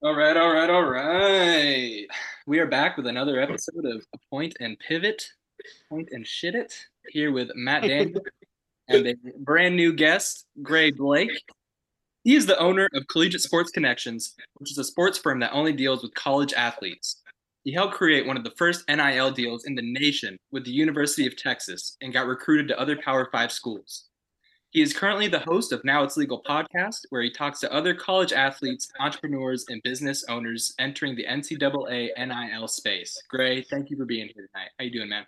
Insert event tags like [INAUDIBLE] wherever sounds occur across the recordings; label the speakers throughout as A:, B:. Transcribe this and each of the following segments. A: All right, all right, all right. We are back with another episode of Point and Pivot, Point and Shit It, here with Matt Daniel and a brand new guest, Gray Blake. He is the owner of Collegiate Sports Connections, which is a sports firm that only deals with college athletes. He helped create one of the first NIL deals in the nation with the University of Texas and got recruited to other Power Five schools. He is currently the host of Now It's Legal podcast, where he talks to other college athletes, entrepreneurs, and business owners entering the NCAA NIL space. Gray, thank you for being here tonight. How you doing, man?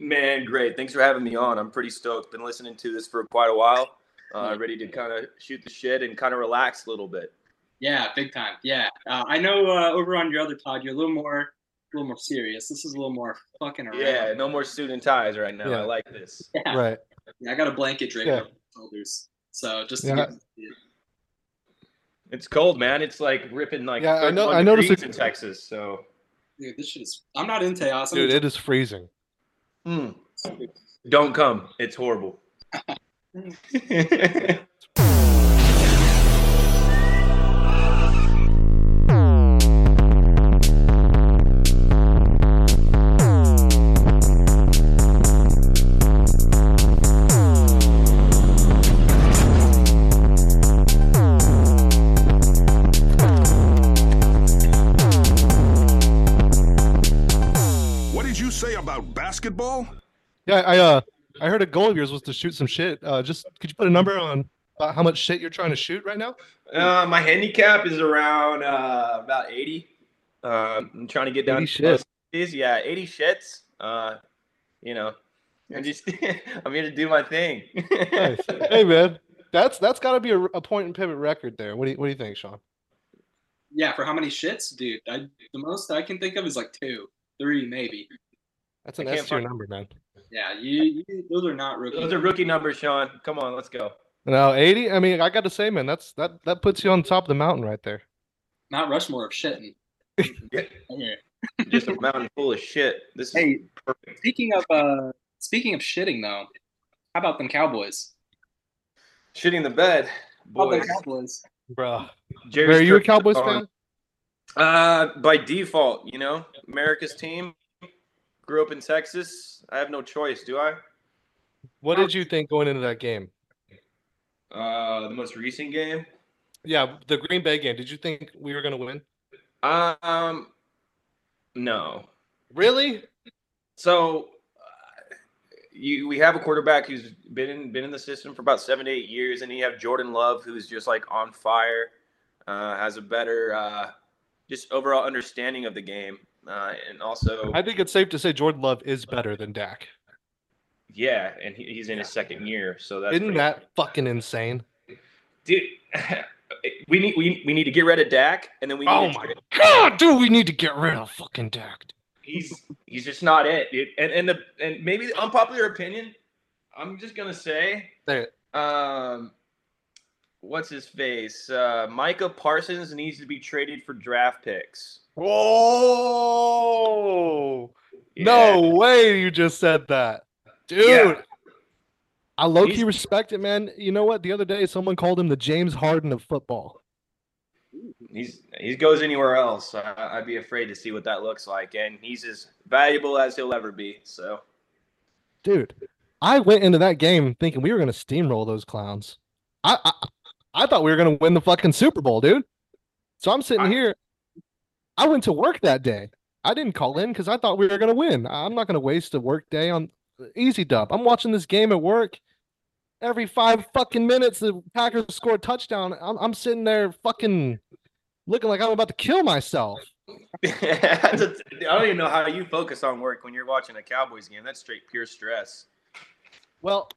B: Man, great. Thanks for having me on. I'm pretty stoked. Been listening to this for quite a while. Uh, ready to kind of shoot the shit and kind of relax a little bit.
A: Yeah, big time. Yeah, uh, I know. Uh, over on your other pod, you're a little more, a little more serious. This is a little more fucking around.
B: Yeah, no more suit and ties right now. I
C: Yeah.
B: like this.
A: yeah.
C: Right.
A: Yeah, I got a blanket draped
C: Yeah.
A: over my shoulders, so just
C: Yeah.
A: to get,
B: It's cold, man. It's like ripping like
C: Yeah, I know-
B: 31
C: I noticed
B: degrees
C: it-
B: in Texas. So
A: dude, this shit is. I'm not in chaos. I'm
C: Dude,
A: in-
C: it is freezing. Hmm.
B: Mm. don't come. It's horrible.
C: [LAUGHS]
D: What did you say about basketball?
C: Yeah, I uh I heard a goal of yours was to shoot some shit. Uh just could you put a number on about how much shit you're trying to shoot right now?
B: Uh, my handicap is around uh, about 80. Um, I'm trying to get down
C: 80
B: to close 60s. Yeah, 80 shits. Uh, you know, I'm just [LAUGHS] I'm here to do my thing.
C: [LAUGHS] Nice. [LAUGHS] hey man, that's that's got to be a, a point and pivot record there. What do you what do you think, Sean?
A: yeah, for how many shits, dude? I, the most I can think of is like two, three, maybe.
C: That's
B: I
C: an
B: can't
C: S tier
B: fuck-
C: number, man.
A: Yeah, you, you those are not rookie.
B: [LAUGHS] Those are rookie numbers, Sean. Come on, let's go.
C: No, 80. I mean, I got to say, man, that's that that puts you on top of the mountain right there.
A: Mount Rushmore of shitting.
B: [LAUGHS] Yeah.
A: Here.
B: Just a mountain full of shit. This is
A: Hey, speaking of uh, speaking of shitting though, how about them Cowboys?
B: shitting the bed.
A: How about
B: Boys,
A: them Cowboys?
C: Bro,
B: Jerry's
C: are you a
B: turkey's
C: Cowboys
B: on.
C: fan?
B: Uh, by default, you know, America's team. Grew up in Texas. I have no choice, do I?
C: What did you think going into that game?
B: Uh, the most recent game.
C: Yeah, the Green Bay game. Did you think we were going to win?
B: Um, no.
C: Really?
B: So uh, you we have a quarterback who's been in, been in the system for about seven to eight years, and you have Jordan Love who's just like on fire, uh, has a better uh, just overall understanding of the game, uh, and also
C: I think it's safe to say Jordan Love is better than Dak.
B: yeah, and he, he's in his second year, so that's
C: Isn't
B: pretty-
C: that fucking insane?
B: dude. [LAUGHS] we need we, we need to get rid of Dak, and then we need
C: Oh
B: to
C: my
B: trade-
C: God, dude, we need to get rid of fucking Dak. [LAUGHS]
B: he's he's just not it, dude. And and the and maybe the unpopular opinion, I'm just gonna say
C: There,
B: um what's his face uh micah parsons needs to be traded for draft picks
C: Whoa! No way you just said that. Dude.
B: Yeah.
C: I low key
B: He's-
C: respect it, man. You know what? The other day someone called him the James Harden of football.
B: he's he goes anywhere else I, i'd be afraid to see what that looks like and he's as valuable as he'll ever be so [LAUGHS]
C: Dude, I went into that game thinking we were gonna steamroll those clowns. I I, I thought we were gonna win the fucking Super Bowl, dude. So I'm sitting
B: I-
C: here. I went to work that day. I didn't call in because I thought we were gonna win. I- I'm not gonna waste a work day on easy dub. I'm watching this game at work. Every five fucking minutes, the Packers score a touchdown. I'm, I'm sitting there fucking looking like I'm about to kill myself.
B: That's a- i don't even know how you focus on work when you're watching a cowboys game that's straight pure stress
C: Well,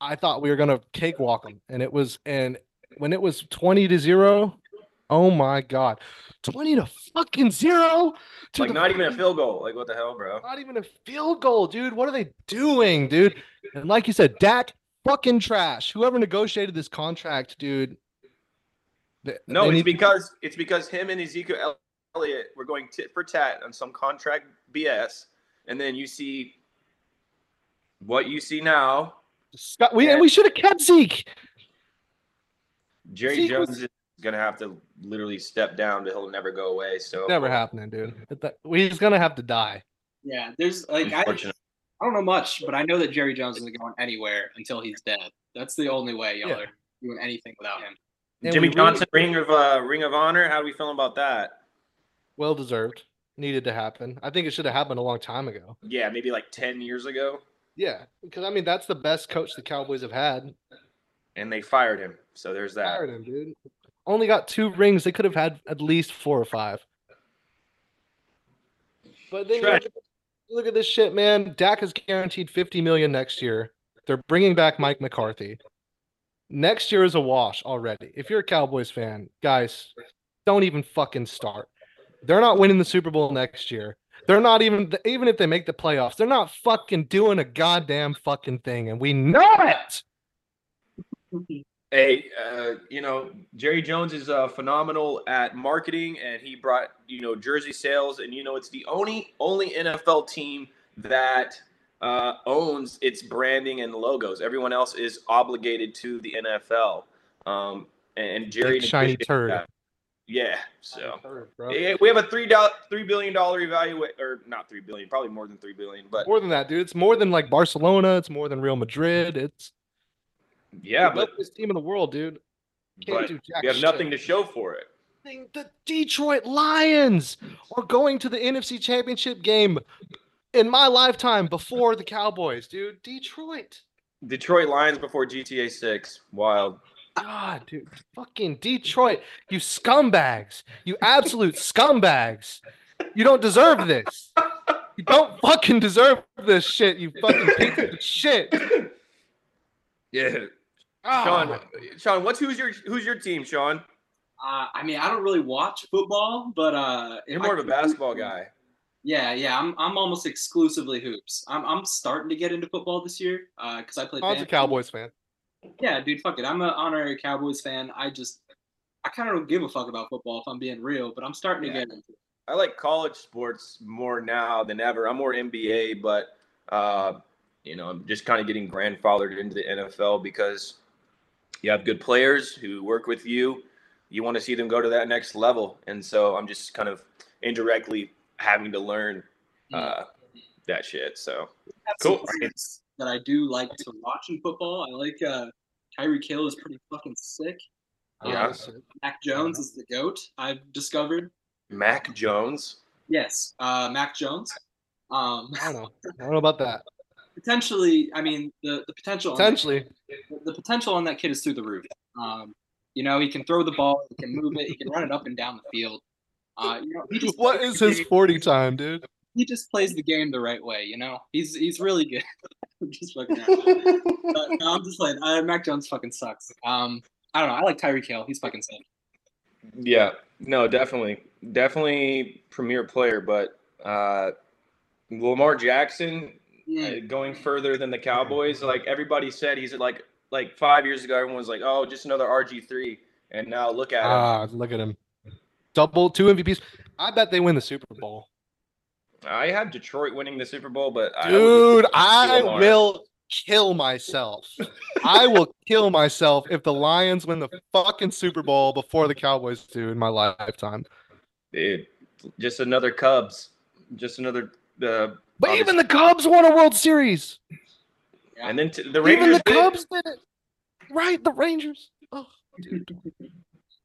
C: I thought we were gonna cakewalk them, and it was, and when it was twenty to zero, oh my god, twenty to fucking zero, to
B: like
C: the
B: not even a field goal like what the hell bro
C: not even a field goal, dude. What are they doing, dude? And like you said, Dak fucking trash. Whoever negotiated this contract, dude. th-
B: no
C: they
B: it's
C: need-
B: because it's because him and ezekiel elliott were going tit for tat on some contract bs and then you see what you see now
C: Scott- we and we should have kept Zeke.
B: Jerry
C: Zeke was-
B: Jones is going to have to literally step down to he'll never go away. So
C: Never happening, dude. At that- He's gonna have to die.
A: Yeah, there's like I,
B: Unfortunately.
A: I don't know much, but I know that Jerry Jones isn't going anywhere until he's dead. That's the only way y'all
C: Yeah.
A: are doing anything without him.
C: And
B: Jimmy
C: we really-
B: Johnson, Ring of uh, Ring of Honor. How do we feel about that?
C: well deserved, needed to happen. I think it should have happened a long time ago.
B: Yeah, maybe like ten years ago,
C: Yeah, because I mean that's the best coach the Cowboys have had.
B: and they fired him. So there's that.
C: Fired him, dude. Only got two rings. They could have had at least four or five. But then you
B: Trash.
C: look, at- look at this shit, man. Dak is guaranteed fifty million next year. They're bringing back Mike McCarthy. Next year is a wash already. If you're a Cowboys fan, guys, don't even fucking start. They're not winning the Super Bowl next year. They're not even even if they make the playoffs, they're not fucking doing a goddamn fucking thing, and we know it.
B: Hey, uh, you know Jerry Jones is uh, phenomenal at marketing, and he brought you know jersey sales, and you know it's the only only NFL team that uh, owns its branding and logos. Everyone else is obligated to the NFL. Um, and Jerry
C: Big shiny
B: negotiated
C: turd.
B: that. Yeah, so.
C: Bro.
B: Yeah, we have a three dollar, three billion dollar evaluate, or not three billion, probably more than three billion, but
C: more than that, dude. It's more than like Barcelona. It's more than Real Madrid. It's
B: yeah,
C: the
B: but,
C: best team in the world, dude. Can't
B: but
C: do jack
B: we have
C: shit.
B: nothing to show for it.
C: Nothing. The Detroit Lions are going to the NFC Championship game in my lifetime before the Cowboys, dude. Detroit.
B: Detroit Lions before GTA Six, wild.
C: God, dude. Fucking Detroit. You scumbags. You absolute scumbags. You don't deserve this. You don't fucking deserve this shit, you fucking piece of shit. Ah,
B: Yeah,
C: God.
B: Sean, Sean, what's who's your who's your team, Sean?
A: Uh, I mean, I don't really watch football, but uh, if I
B: You're more of a
A: could-
B: basketball guy.
A: Yeah, yeah, I'm I'm almost exclusively hoops. I'm I'm starting to get into football this year because I play.
C: Sean's a
A: fantasy.
C: Cowboys fan.
A: Yeah, dude, fuck it. I'm an honorary Cowboys fan. I just I kind of don't give a fuck about football if I'm being real, but I'm starting
B: Yeah.
A: to get into it.
B: I like college sports more now than ever. I'm more NBA, but uh, you know, I'm just kind of getting grandfathered into the NFL because you have good players who work with you. You want to see them go to that next level, and so I'm just kind of indirectly having to learn uh, that shit. So
A: have
B: Cool.
A: some players that I do like to watch in football. I like uh, Tyreek Hill is pretty fucking sick. Um,
B: Yeah.
A: Mac
C: Uh-huh.
A: Jones is the goat. I've discovered.
B: Mac Jones,
A: Yes, uh, Mac Jones. Um, [LAUGHS]
C: I don't know. I don't know about that.
A: potentially, I mean, the the potential on that-
C: Potentially.
A: the potential on that kid is through the roof. Um, you know, he can throw the ball, he can move it, he can run it up and down the field. Uh, you know, he just
C: What
B: [LAUGHS]
C: is his 40 time, dude?
A: he just plays the game the right way, you know. He's he's really good. [LAUGHS] I'm just fucking.
B: [LAUGHS]
A: around. But, no, I'm just playing. Uh, Mac Jones fucking sucks. Um, I don't know. I like Tyreek Hill. He's fucking sick.
B: Yeah, no, definitely, definitely premier player, but uh, Lamar Jackson uh,
C: Hmm.
B: going further than the Cowboys. Like everybody said, he's like like five years ago, everyone was like, "Oh, just another RG three, and now look at him.
C: Ah, look at him. Double two MVPs. I bet they win the Super Bowl.
B: I have Detroit winning the Super Bowl, but I
C: Dude,
B: wouldn't
C: I
B: see Lamar.
C: will kill myself. I [LAUGHS] will kill myself if the Lions win the fucking Super Bowl before the Cowboys do in my lifetime.
B: Dude, just another Cubs, just another. Uh,
C: But even the Cubs won a World Series.
B: and then t- the Rangers.
C: Even the
B: did.
C: Cubs did it. Right, the Rangers. Oh, [LAUGHS] dude.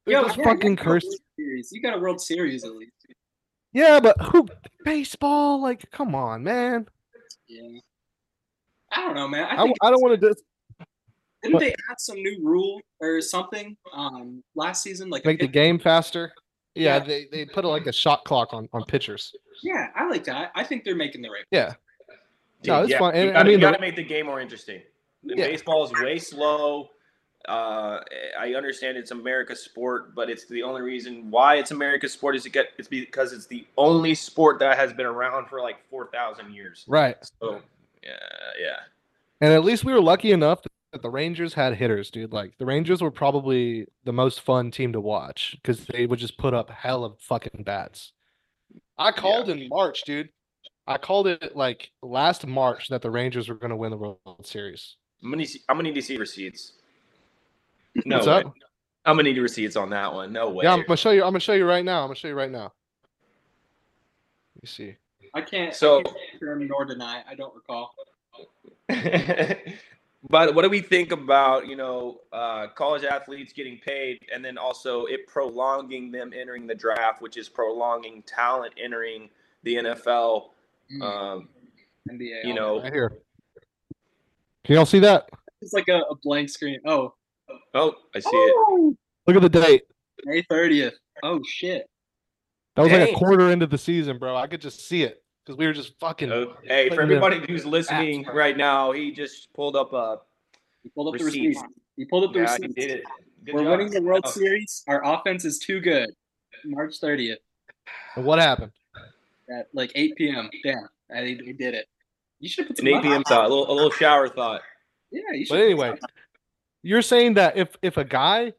C: They're
A: but
C: just
A: yeah,
C: fucking
A: you got a
C: cursed.
A: World Series. You got a World Series at least.
C: Yeah, but who baseball? Like, come on, man.
A: Yeah. I don't know, man. I,
C: I,
A: think
C: I don't want to just
A: didn't they add some new rule or something um last season? Like a
C: make the
A: pitch-
C: game faster. Yeah,
A: Yeah.
C: they, they put like a shot clock on on pitchers.
A: Yeah, I like that. I think they're making the right.
C: Yeah,
B: Dude,
C: No, it's
B: yeah,
C: fine. And-
B: you
C: I
B: gotta,
C: mean,
B: you
C: the-
B: gotta make the game more interesting. The
C: Yeah.
B: Baseball is way slow. Uh, I understand it's America's sport, but it's the only reason why it's America's sport is to get it's because it's the only sport that has been around for like four thousand years.
C: right.
B: So yeah, yeah.
C: And at least we were lucky enough that the Rangers had hitters, dude. Like the Rangers were probably the most fun team to watch because they would just put up hell of fucking bats. I called in March, dude. I called it like last March that the Rangers were going to win the World Series.
B: I'm gonna need, I'm gonna need to see receipts. No,
C: What's
B: way.
C: up?
B: I'm gonna need receipts on that one. No way.
C: Yeah, I'm gonna show you. I'm gonna show you right now. I'm gonna show you right now. Let me see.
A: I can't.
B: So-
A: I can't confirm nor deny. I don't recall.
B: [LAUGHS] but what do we think about you know uh, college athletes getting paid and then also it prolonging them entering the draft which is prolonging talent entering the nfl
A: Hmm.
B: um,
A: NBA.
B: you know
C: Right here. Can y'all see that?
A: it's like a, a blank screen. Oh,
B: oh i see it
C: Look at the date.
A: May thirtieth. Oh shit.
C: That was like
B: Dang.
C: a quarter into the season, bro. I could just see it because we were just fucking.
B: Oh, hey for
C: Putting
B: everybody who's listening right now he just pulled up a
A: He pulled up
B: Receipts.
A: the receipt. He pulled up the
B: yeah, he
A: receipt.
B: did it Good
A: We're
B: job.
A: winning the World
B: Oh,
A: Series. Our offense is too good. March thirtieth
C: And what happened?
A: at like eight p.m. Damn, I, they did it. You should put
B: an
A: some
B: 8
A: money-
B: p.m thought a little, a little shower thought
A: Yeah, you should.
C: But anyway, you're saying that if if a guy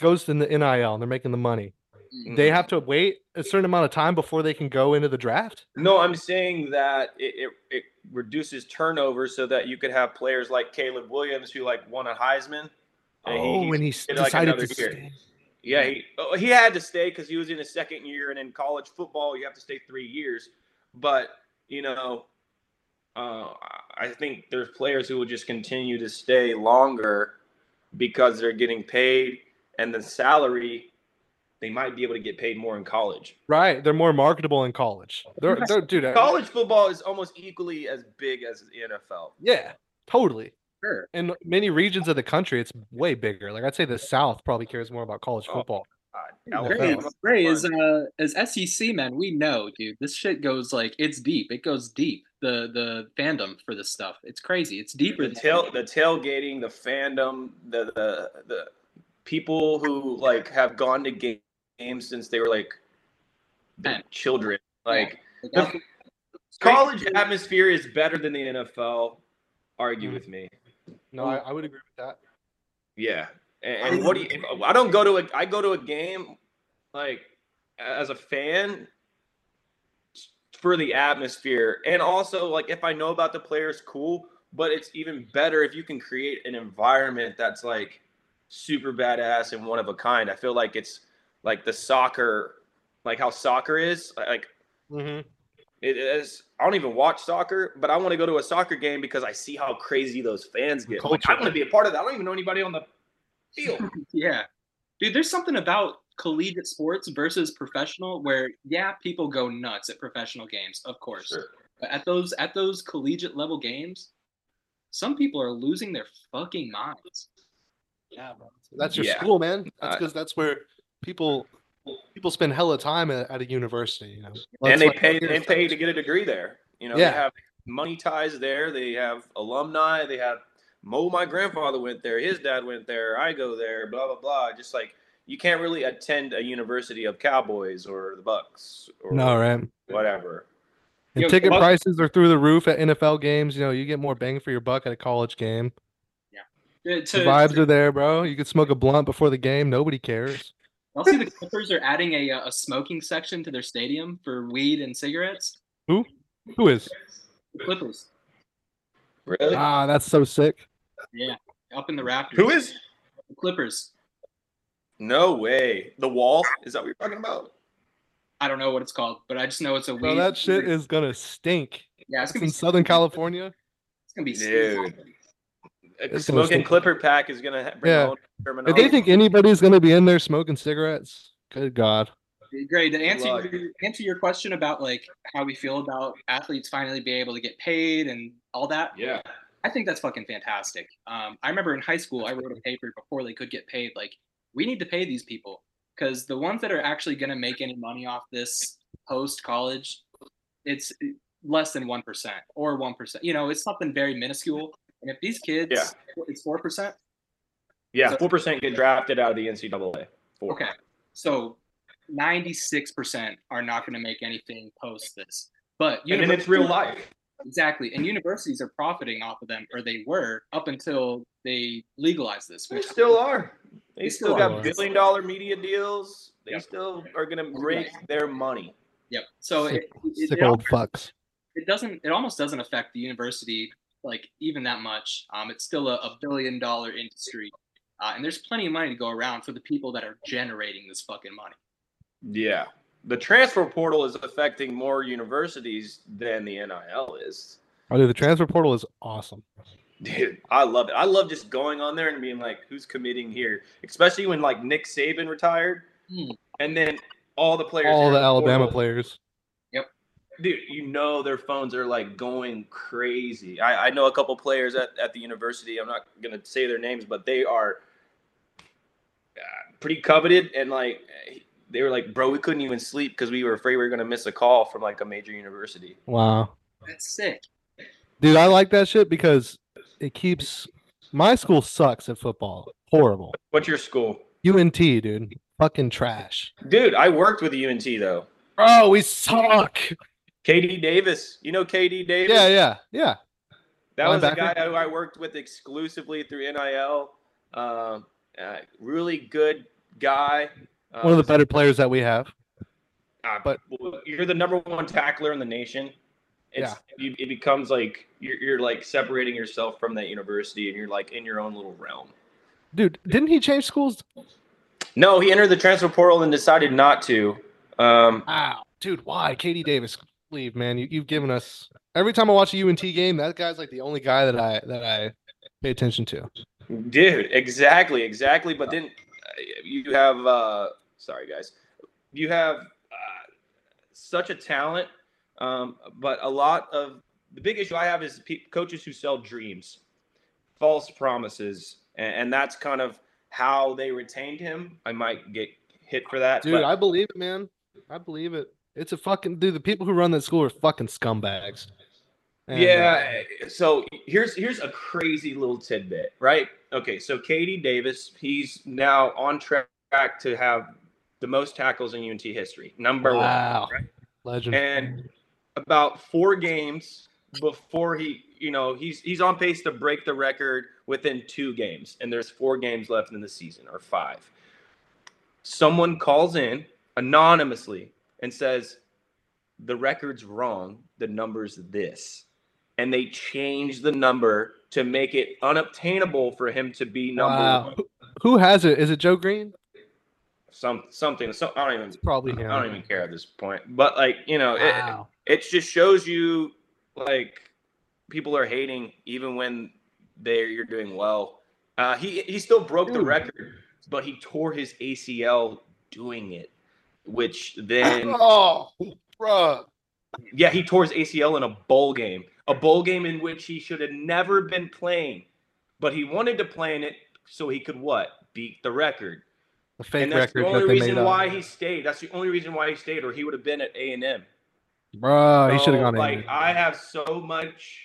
C: goes in the NIL and they're making the money, they
B: Mm-hmm.
C: have to wait a certain amount of time before they can go into the draft.
B: No, I'm saying that it, it, it reduces turnover so that you could have players like Caleb Williams who like won a Heisman. And he-
C: oh,
B: he's- in,
C: and he
B: like,
C: decided
B: another
C: to
B: year.
C: stay.
B: yeah, he, oh, he had to stay because he was in his second year, and in college football, you have to stay three years. But you know, uh, I think there's players who will just continue to stay longer because they're getting paid and the salary. They might be able to get paid more in college.
C: Right, they're more marketable in college. They're, they're dude. I-
B: College football is almost equally as big as the NFL.
C: Yeah, totally.
A: Sure.
C: In many regions of the country, it's way bigger. Like I'd say, the South probably cares more about college
B: Oh.
C: football.
B: God,
A: Gray,
B: Alabama.
A: is- Gray is uh as SEC man, we know, dude. This shit goes like it's deep. It goes deep. The the fandom for this stuff. It's crazy. It's deeper
B: the
A: than
B: tail the tailgating the fandom the the the people who like have gone to ga- games since they were like the
A: Ten.
B: children like
A: Like,
B: the
A: that's-
B: college atmosphere is better than the nfl argue
C: Mhm.
B: with me
C: No, I,
B: Mm-hmm.
C: I would agree with that.
B: yeah and, and what do you if- i don't go to a i go to a game like as a fan for the atmosphere and also like if i know about the players cool but it's even better if you can create an environment that's like super badass and one of a kind i feel like it's like the soccer like how soccer is like
C: Mm-hmm.
B: it is i don't even watch soccer but i want to go to a soccer game because i see how crazy those fans get like, i
C: Culture.
B: want to be a part of that i don't even know anybody on the field
A: Yeah. Dude, there's something about collegiate sports versus professional where yeah, people go nuts at professional games, of course.
B: Sure.
A: But at those at those collegiate level games, some people are losing their fucking minds.
C: Yeah, bro. That's your
B: Yeah. Uh,
C: school, man. That's
B: I-
C: because that's where people people spend hella time at, at a university. You know,
B: and
C: That's
B: they
C: like-
B: pay they pay to get a degree there. You know,
C: Yeah.
B: they have money ties there. They have alumni. They have Mo. My grandfather went there. His dad went there. I go there. Blah blah blah. Just like you can't really attend a university of Cowboys or the Bucks or
C: No, right.
B: whatever.
C: And
A: Yo,
C: ticket
A: Buck-
C: prices are through the roof at NFL games. You know, you get more bang for your buck at a college game.
A: Uh,
C: The
A: to-
C: vibes are there, bro. You could smoke a blunt before the game. Nobody cares.
A: Y'all see the Clippers are adding a, uh, a smoking section to their stadium for weed and cigarettes.
C: Who is?
A: The Clippers,
B: Really?
C: Ah, that's so sick.
A: yeah, up in the Raptors.
B: Who is?
A: the Clippers?
B: No way. The wall is that what you're talking about?
A: I don't know what it's called, but I just know it's a weed.
C: Bro, that shit is gonna stink.
A: yeah, it's
C: It's
A: gonna be
C: in Southern California.
A: It's gonna be
B: Dude. A
C: It's gonna
B: smoking
C: stink.
B: Clipper pack is gonna ha- bring
C: Yeah.
B: yeah. own
C: If
B: terminology.
C: they think anybody's gonna be in there smoking cigarettes, good God.
A: Great. To answer
B: luck.
A: your, answer your question about like how we feel about athletes finally being able to get paid and all that,
B: yeah.
A: I think that's fucking fantastic. Um, I remember in high school, I wrote a paper before they could get paid. Like, we need to pay these people because the ones that are actually going to make any money off this post college, it's less than 1% or 1%. You know, it's something very minuscule. And if these kids, it's 4%.
B: Yeah. Four percent get drafted out of the NCAA. Four.
A: Okay. So 96% are not going to make anything post this. But
B: And then it's real
A: universities-
B: life.
A: Exactly. And universities are profiting off of them, or they were up until they legalized this,
B: They
A: which
B: still are. They,
A: They
B: still,
A: still
B: got
C: are.
B: billion dollar media deals. They
A: Yep.
B: still are going to break their money.
A: Yep. So it, it,
C: Sick
A: it, al-
C: old fucks.
A: it doesn't. It almost doesn't affect the university like even that much. Um, it's still a, a billion dollar industry, Uh, and there's plenty of money to go around for the people that are generating this fucking money.
B: Yeah. The transfer portal is affecting more universities than the NIL is.
C: Oh, dude, the transfer portal is awesome.
B: Dude, I love it. I love just going on there and being like, who's committing here? Especially when like Nick Saban retired
A: Hmm.
B: and then all the players
C: All
B: are
C: the
B: in portal.
C: Alabama players.
B: Dude, you know their phones are like going crazy. I, I know a couple players at, at the university. I'm not gonna say their names, but they are uh, pretty coveted and like they were like, bro, we couldn't even sleep because we were afraid we were gonna miss a call from like a major university.
C: Wow.
A: That's sick.
C: Dude, I like that shit because it keeps my school sucks at football. Horrible.
B: What's your school?
C: UNT, dude. Fucking trash.
B: Dude, I worked with UNT though.
C: Oh, we suck.
B: KD Davis. You know KD Davis?
C: Yeah, yeah, yeah.
B: That was a guy
C: Linebacker?
B: who I worked with exclusively through NIL. Um, uh, really good guy. Uh,
C: One of the better players that we have.
B: Uh,
C: But-
B: well, you're the number one tackler in the nation. It's, you, it becomes like you're, you're like separating yourself from that university, and you're like in your own little realm.
C: Dude, didn't he change schools?
B: No, he entered the transfer portal and decided not to. Um,
C: Wow. Dude, why? Katie Davis, leave, man. You, you've given us every time I watch a UNT game, that guy's like the only guy that I that I pay attention to.
B: Dude, exactly, exactly. But then uh, you have, uh, sorry guys, you have uh, such a talent. Um, but a lot of the big issue I have is pe- coaches who sell dreams, false promises, and, and that's kind of how they retained him. I might get hit for that,
C: Dude,
B: but
C: I believe it, man. I believe it. It's a fucking dude, the people who run that school are fucking scumbags. And, uh,
B: yeah. So here's here's a crazy little tidbit, right? Okay, so Katie Davis, he's now on track to have the most tackles in UNT history, number
C: Wow.
B: one.
C: legend.
B: Right? And about four games before he, you know, he's he's on pace to break the record within two games, and there's four games left in the season or five. Someone calls in anonymously and says, the record's wrong. The number's this. And they changed the number to make it unobtainable for him to be number
C: Wow.
B: one.
C: Who- Who has it? Is it Joe Green?
B: Some, something. So, I don't
C: It's
B: even.
C: probably him.
B: I don't even care at this point. But like you know, it,
C: Wow.
B: it just shows you like people are hating even when they you're doing well. Uh, he he still broke the
C: Dude.
B: record, but he tore his ACL doing it, which then
C: [LAUGHS] oh, bruh.
B: [LAUGHS] Yeah, he tore his ACL in a bowl game, a bowl game in which he should have never been playing, but he wanted to play in it so he could what beat the record.
C: The fake
B: and that's
C: record
B: the
C: that
B: only
C: they made
B: reason
C: up.
B: why he stayed. That's the only reason why he stayed, or he would have been at A and M.
C: Bruh, he should have gone in.
B: Like I have so much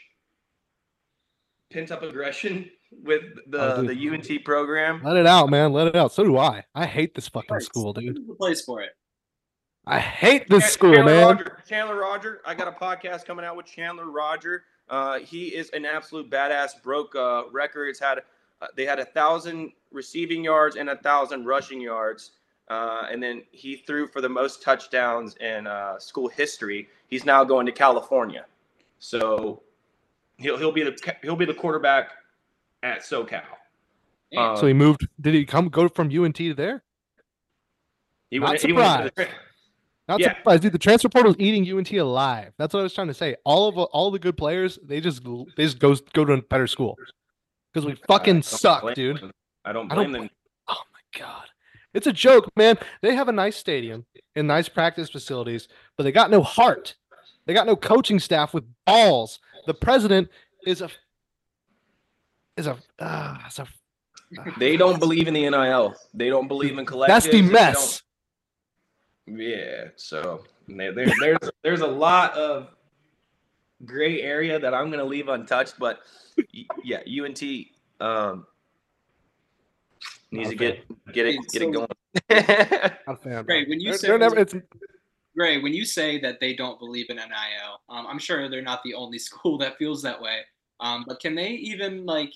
B: pent up aggression [LAUGHS] with the
C: Oh, dude.
B: the UNT program.
C: Let it out, man. Let it out. So do I. I hate this fucking
A: Right.
C: school, dude.
A: Who's the place for it?
C: I hate this school,
B: Chandler
C: man.
B: Roger, Chandler Roger. I got a podcast coming out with Chandler Roger. Uh, he is an absolute badass. Broke uh, records. Had uh, they had a thousand receiving yards and a thousand rushing yards, uh, and then he threw for the most touchdowns in uh, school history. He's now going to California, so he'll he'll be the ca- he'll be the quarterback at SoCal. Um,
A: Damn.
C: So he moved. Did he come go from UNT to there?
B: he
C: not
B: he into the- [LAUGHS]
C: Not
B: Yeah.
C: surprised, dude. The transfer portal is eating UNT alive. That's what I was trying to say. All of all the good players, they just they just goes go to a better school because we
B: I
C: fucking
B: don't
C: suck,
B: blame
C: dude.
B: them. I don't
C: I don't
B: blame them.
C: Oh my god. It's a joke, man. They have a nice stadium and nice practice facilities, but they got no heart. They got no coaching staff with balls. The president is a is a uh, is a
B: They don't believe in the NIL. They don't believe in collectives.
C: that's the
B: They don't-
C: mess.
B: Yeah. So there, there- there's there's a lot of gray area that I'm gonna leave untouched, but y- yeah, UNT um, needs to get get it get it going.
C: Not a fan, bro.
A: Great. When you
C: They're-
A: say
C: they're never- it's-
A: Gray, when you say that they don't believe in NIL, um, I'm sure they're not the only [LAUGHS] school that feels that way. Um, but can they even like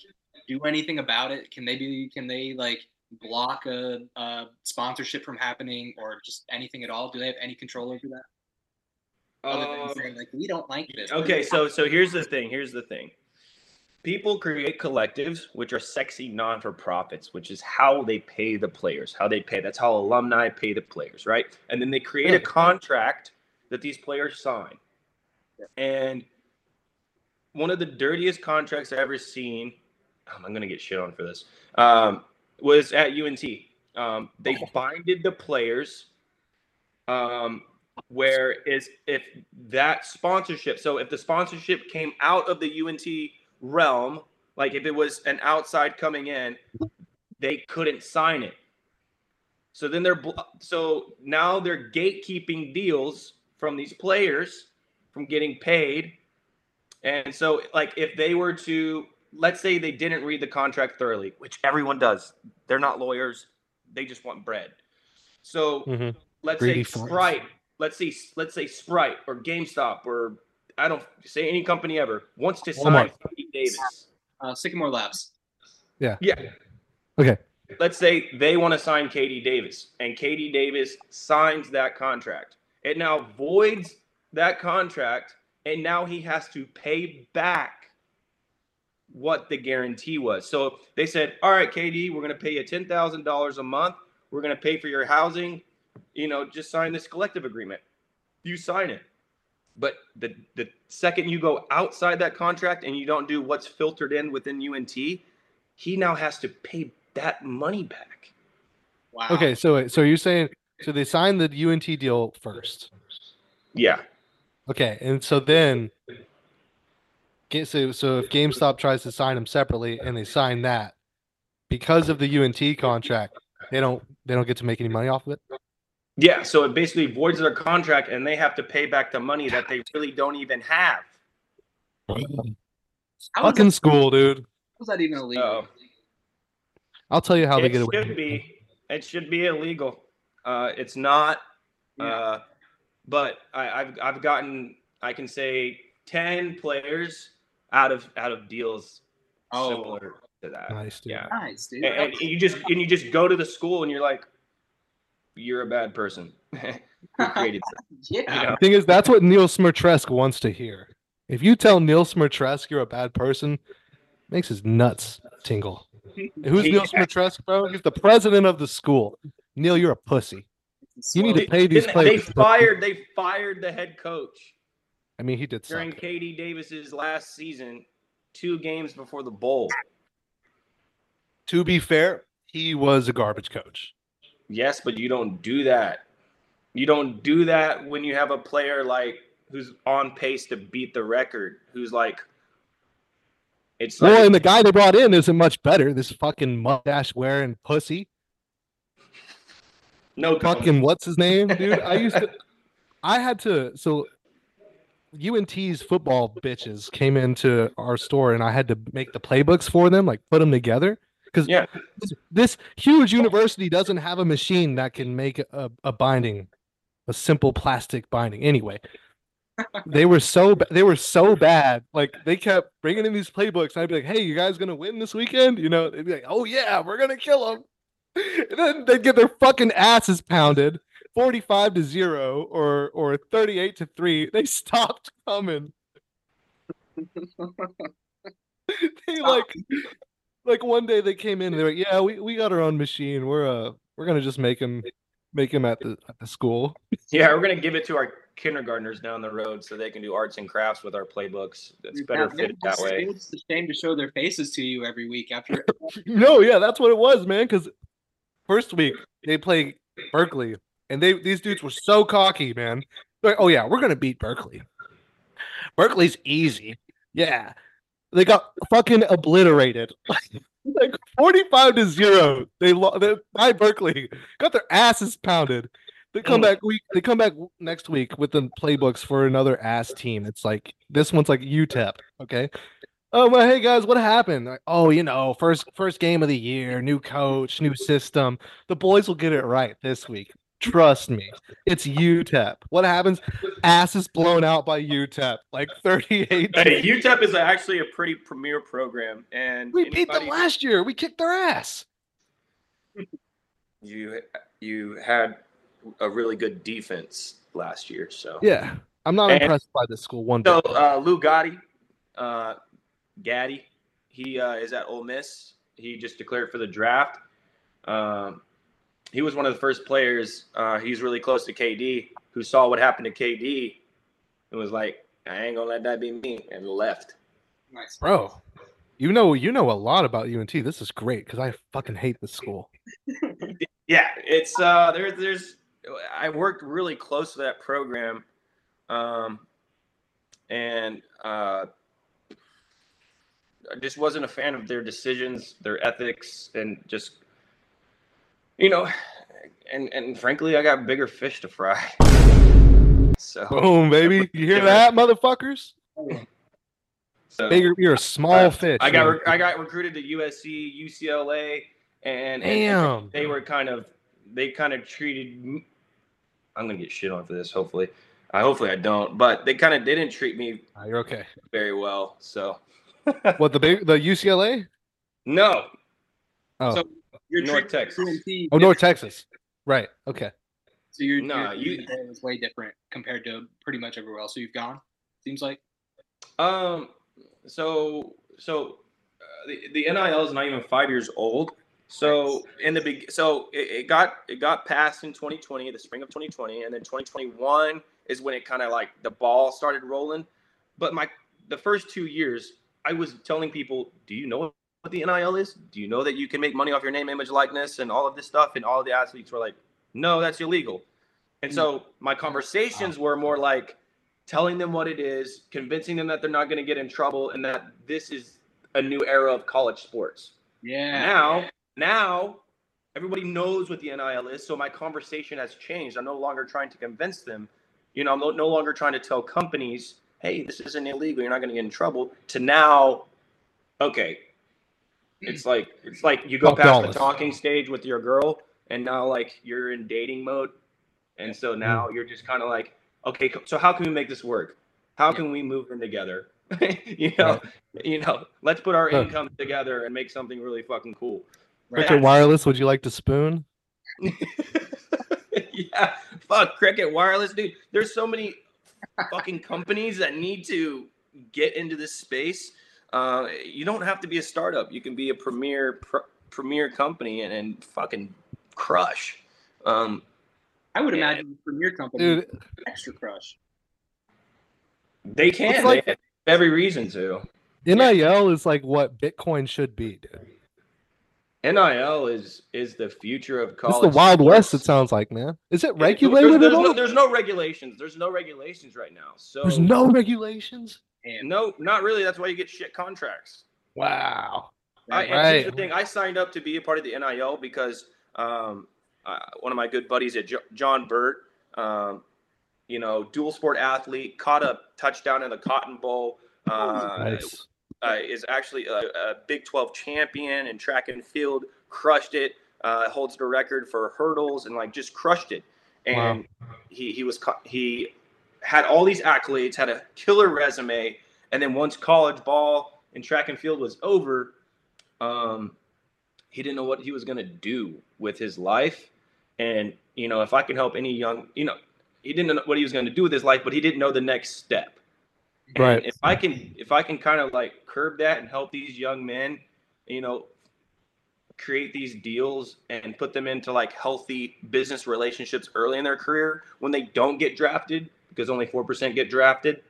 A: do anything about it? Can they be? Can they like block a, a sponsorship from happening or just anything at all? Do they have any control over that? Other than
B: Um,
A: [LAUGHS] saying like we don't like this.
B: Okay, so so here's the thing. Here's the thing. people create collectives, which are sexy non for profits, which is how they pay the players, how they pay. That's how alumni pay the players, right? And then they create a
C: Yeah.
B: contract that these players sign. And one of the dirtiest contracts I've ever seen, um, I'm going to get shit on for this, um, was at UNT. Um, they binded the players. Um, where is if that sponsorship so if the sponsorship came out of the unt realm like if it was an outside coming in they couldn't sign it so then they're bl- so now they're gatekeeping deals from these players from getting paid and so like if they were to let's say they didn't read the contract thoroughly which everyone does they're not lawyers they just want bread so
C: Mhm.
B: let's
C: Greedy
B: say
C: farts.
B: Sprite. Let's see. Let's say Sprite or GameStop or I don't say any company ever wants to sign
C: Walmart.
B: Steve Davis.
A: Uh, Sycamore Labs.
B: Yeah.
C: Okay.
B: Let's say they want to sign Katie Davis, and Katie Davis signs that contract. It now voids that contract, and now he has to pay back what the guarantee was. So they said, "All right, KD, we're going to pay you ten thousand dollars a month. We're going to pay for your housing. You know, just sign this collective agreement. You sign it." But the the second you go outside that contract and you don't do what's filtered in within UNT, he now has to pay that money back.
A: Wow.
C: Okay, so so you're saying so they signed the UNT deal first.
B: Yeah.
C: Okay, and so then ga- so so if GameStop tries to sign them separately and they sign that because of the UNT contract, they don't they don't get to make any money off of it.
B: Yeah. So it basically voids their contract and they have to pay back the money that they really don't even have.
A: How is, that,
C: Fucking school, dude.
A: how is that even
B: Oh,
A: illegal?
C: I'll tell you how they
B: it
C: get away.
B: should
C: with it.
B: be it should be illegal. Uh, it's not. Uh, but I, I've I've gotten I can say ten players out of out of deals
A: Oh.
B: similar to that.
C: Nice, dude.
B: uh, Yeah.
A: Nice, dude.
B: and, and you just and you just go to the school and you're like, you're a bad person. [LAUGHS] Who created that?
A: yeah.
B: You know?
C: Thing is, that's what Neil Smirtresk wants to hear. If you tell Neil Smirtresk you're a bad person, makes his nuts tingle. Who's Neil
B: [LAUGHS] Yeah.
C: Smirtresk, bro? He's the president of the school. Neil, you're a pussy. You need to pay these
B: Didn't- they
C: players. [LAUGHS]
B: fired they fired the head coach
C: I mean, he did
B: during
C: suck.
B: KD Davis's last season, two games before the bowl.
C: To be fair, he was a garbage coach.
B: Yes, but you don't do that. You don't do that when you have a player like who's on pace to beat the record, who's like it's
C: Well,
B: like
C: and the guy they brought in isn't much better. This fucking mustache wearing pussy.
B: no
C: Fucking what's his name, dude? I used to, I had to. So, UNT's football bitches came into our store, and I had to make the playbooks for them, like put them together. Because
B: Yeah.
C: this, this huge university doesn't have a machine that can make a, a binding, a simple plastic binding. Anyway, they were so ba- they were so bad. Like they kept bringing in these playbooks, and I'd be like, "Hey, you guys gonna win this weekend?" You know, they'd be like, "Oh yeah, we're gonna kill them." And [LAUGHS] then they'd get their fucking asses pounded, forty-five to zero or or thirty-eight to three. They stopped coming. [LAUGHS] they like like one day they came in and they're like, "Yeah, we, we got our own machine. We're uh we're gonna just make them make them at the at the school."
B: [LAUGHS]
C: [LAUGHS]
B: Yeah, we're gonna give it to our kindergartners down the road so they can do arts and crafts with our playbooks. It's better fitted that way.
A: It's a shame to show their faces to you every week after.
C: No, yeah, that's what it was, man. Because first week they play Berkeley, and they these dudes were so cocky, man. They're like, oh yeah, we're gonna beat Berkeley. Berkeley's easy. Yeah, they got fucking obliterated, [LAUGHS] like forty-five to zero. They lo- they by Berkeley got their asses pounded. They come
B: Mm.
C: back week. They come back w- next week with the playbooks for another ass team. It's like this one's like UTEP. Okay. Oh well, hey guys, what happened? Like, oh, you know, first first game of the year, new coach, new system. The boys will get it right this week. Trust me. It's UTEP. What happens? Ass is blown out by UTEP, like 38.
B: Hey, UTEP is actually a pretty premier program, and
C: We beat them
B: anybody-
C: last year. We kicked their ass.
B: you you had a really good defense last year. So uh,
C: Yeah. I'm not
B: And-
C: impressed by this school one
B: So
C: bit.
B: uh, Lou Gotti, uh, Gaddy, He uh, is at Ole Miss. He just declared for the draft. Um, he was one of the first players. Uh, he's really close to KD, who saw what happened to KD and was like, "I ain't gonna let that be me," and left.
A: Nice.
C: [LAUGHS] bro. You know, you know a lot about UNT. This is great because I fucking hate this school.
B: Yeah, it's uh, there. There's I worked really close to that program, um, and uh, I just wasn't a fan of their decisions, their ethics, and just you know, and and frankly, I got bigger fish to fry. So,
C: Boom, baby. You hear that, motherfuckers?
B: so
C: Bigger, you're a small fish.
B: Uh, I got
C: man.
B: re- I got recruited to USC, UCLA, and, and
C: Damn.
B: they were kind of they kind of treated m- I'm gonna get shit on for this. Hopefully, I hopefully I don't. But they kind of didn't treat me
C: Ah, you're okay.
B: very well. So
C: What the big the UCLA?
B: no,
C: Oh,
A: So you're
B: North
A: treating
B: Texas.
A: UNT
C: oh, North
A: different.
C: Texas. Right. Okay.
A: So your
B: Nah,
A: nah,
B: you-
A: you was way different compared to pretty much everywhere else. So you've gone. Seems like
B: um, so so uh, the the NIL is not even five years old. So in the big, so it, it got it got passed in 2020, the spring of 2020, and then 2021 is when it kind of like the ball started rolling. But my the first two years, I was telling people, "Do you know what the NIL is? Do you know that you can make money off your name, image, likeness, and all of this stuff?" And all the athletes were like, "No, that's illegal." And so my conversations were more like telling them what it is, convincing them that they're not going to get in trouble, and that this is a new era of college sports.
A: yeah.
B: Now, now everybody knows what the NIL is, so my conversation has changed. I'm no longer trying to convince them. You know, I'm no, no longer trying to tell companies, "Hey, this isn't illegal. You're not going to get in trouble." To now, okay, it's like it's like you go
C: Fuck
B: past
C: dollars.
B: the talking stage with your girl, and now like you're in dating mode, and so now you're just kind of like, okay, co- so how can we make this work? How can we move in together? [LAUGHS] you know, you know, let's put our
C: Huh.
B: incomes together and make something really fucking cool.
A: Right.
C: Cricket Wireless, would you like to spoon?
B: [LAUGHS] yeah, fuck Cricket Wireless, dude. There's so many fucking companies that need to get into this space. Uh, you don't have to be a startup. You can be a premier pr- premier company and, and fucking crush. Um,
A: I would
B: Yeah.
A: imagine from your company,
C: Dude,
A: extra crush.
B: they can.
C: It's like-
B: they have every reason to.
C: NIL is like what Bitcoin should be, dude.
B: NIL is is the future of college.
C: It's the Wild
B: sports.
C: West, it sounds like, man. Is it
B: It- there's-
C: regulated
B: There's,
C: at all?
B: no, there's no regulations. There's no regulations right now. So
C: There's no regulations.
A: And
B: no, not really. That's why you get shit contracts.
C: Wow.
B: I,
A: right.
B: and here's the
C: Right.
B: thing. I signed up to be a part of the NIL because um, uh, one of my good buddies at jo- John Burt, um, you know, dual sport athlete, caught a touchdown in the Cotton Bowl. Uh,
C: Nice.
B: uh, is actually a, a Big 12 champion in track and field, crushed it, uh, holds the record for hurdles, and like just crushed it. And he he was co- he had all these accolades, had a killer resume, and then once college ball and track and field was over, um, he didn't know what he was gonna do with his life. And you know, if I can help any young, you know, he didn't know what he was gonna do with his life, but he didn't know the next step. And
C: Right.
B: if i can if i can kind of like curb that and help these young men you know create these deals and put them into like healthy business relationships early in their career when they don't get drafted because only 4% get drafted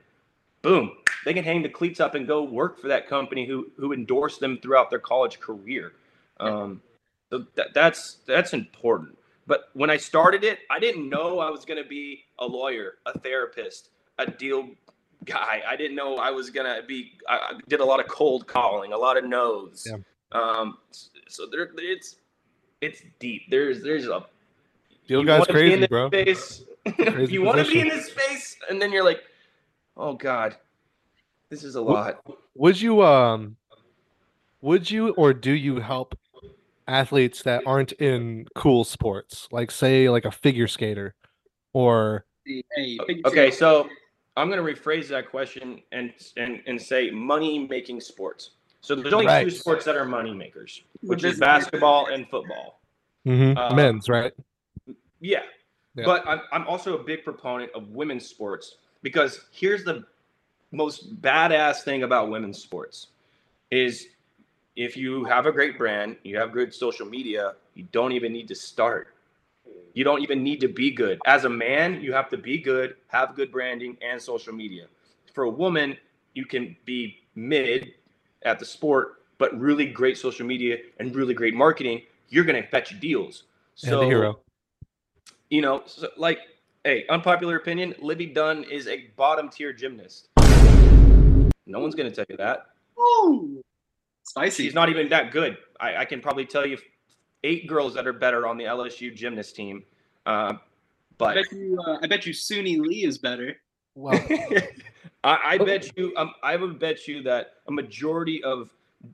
B: boom they can hang the cleats up and go work for that company who who endorsed them throughout their college career um so that, that's that's important but when i started it i didn't know i was going to be a lawyer a therapist a deal guy. I didn't know I was gonna be. I I did a lot of cold calling, a lot of no's.
C: Yeah.
B: Um, s- so there, it's it's deep. There's there's a
C: Deal
B: you
C: guy's
B: wanna be in
C: crazy,
B: this
C: bro.
B: Space. [LAUGHS]
C: Crazy
B: you want to be
C: position.
B: in this space, and then you're like, oh god, this is a lot.
C: Would you um would you or do you help athletes that aren't in cool sports? Like say like a figure skater or
A: the- hey, figure skating-
B: Okay, so I'm gonna rephrase that question and and and say money making sports. So there's only
C: Right.
B: two sports that are money makers,
A: The
B: which is
A: business makers.
B: basketball and football.
C: Mhm,
B: Uh,
C: men's, right?
B: Yeah.
C: Yeah.
B: But I'm, I'm also a big proponent of women's sports because here's the most badass thing about women's sports is if you have a great brand, you have good social media, you don't even need to start. You don't even need to be good. As a man, you have to be good, have good branding and social media. For a woman, you can be mid at the sport, but really great social media and really great marketing, you're going to fetch deals.
C: And
B: So,
C: the hero.
B: you know, so, like, hey, unpopular opinion Libby Dunn is a bottom tier gymnast. No one's going to tell you that.
A: Woo! Spicy.
B: She's not even that good. I, I can probably tell you eight girls that are better on the LSU gymnast team. Uh,
A: I
B: but
A: bet you. Uh, I bet you. Suni Lee is better.
C: Well,
B: [LAUGHS] I, I bet you, um, I would bet you that a majority of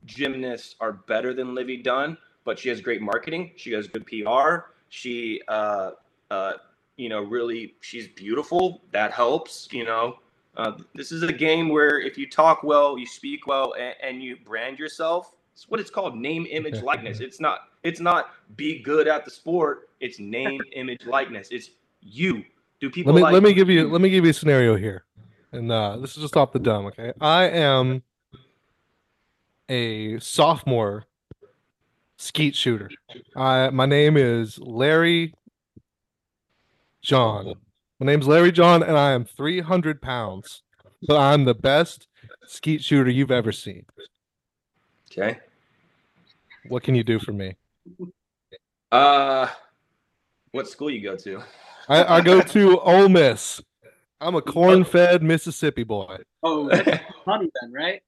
B: gymnasts are better than Livy Dunn, but she has great marketing. She has good PR. She, uh, uh, you know, really, she's beautiful. That helps, you know. Uh, this is a game where if you talk well, you speak well, and, and you brand yourself. It's what it's called: name,
C: [LAUGHS]
B: image, likeness. It's not. It's not be good at the sport. It's name, image, likeness. It's you. Do people
C: let me
B: like
C: let me give you let me give you a scenario here, and uh, this is just off the dome. Okay, I am a sophomore skeet shooter. I my name is Larry John. My name's Larry John, and I am three hundred pounds, but I'm the best skeet shooter you've ever seen.
B: Okay.
C: What can you do for me?
B: Uh, what school you go to? [LAUGHS]
C: I, I go to Ole Miss. I'm a corn-fed Mississippi boy.
B: [LAUGHS]
A: Oh, that's funny then, right?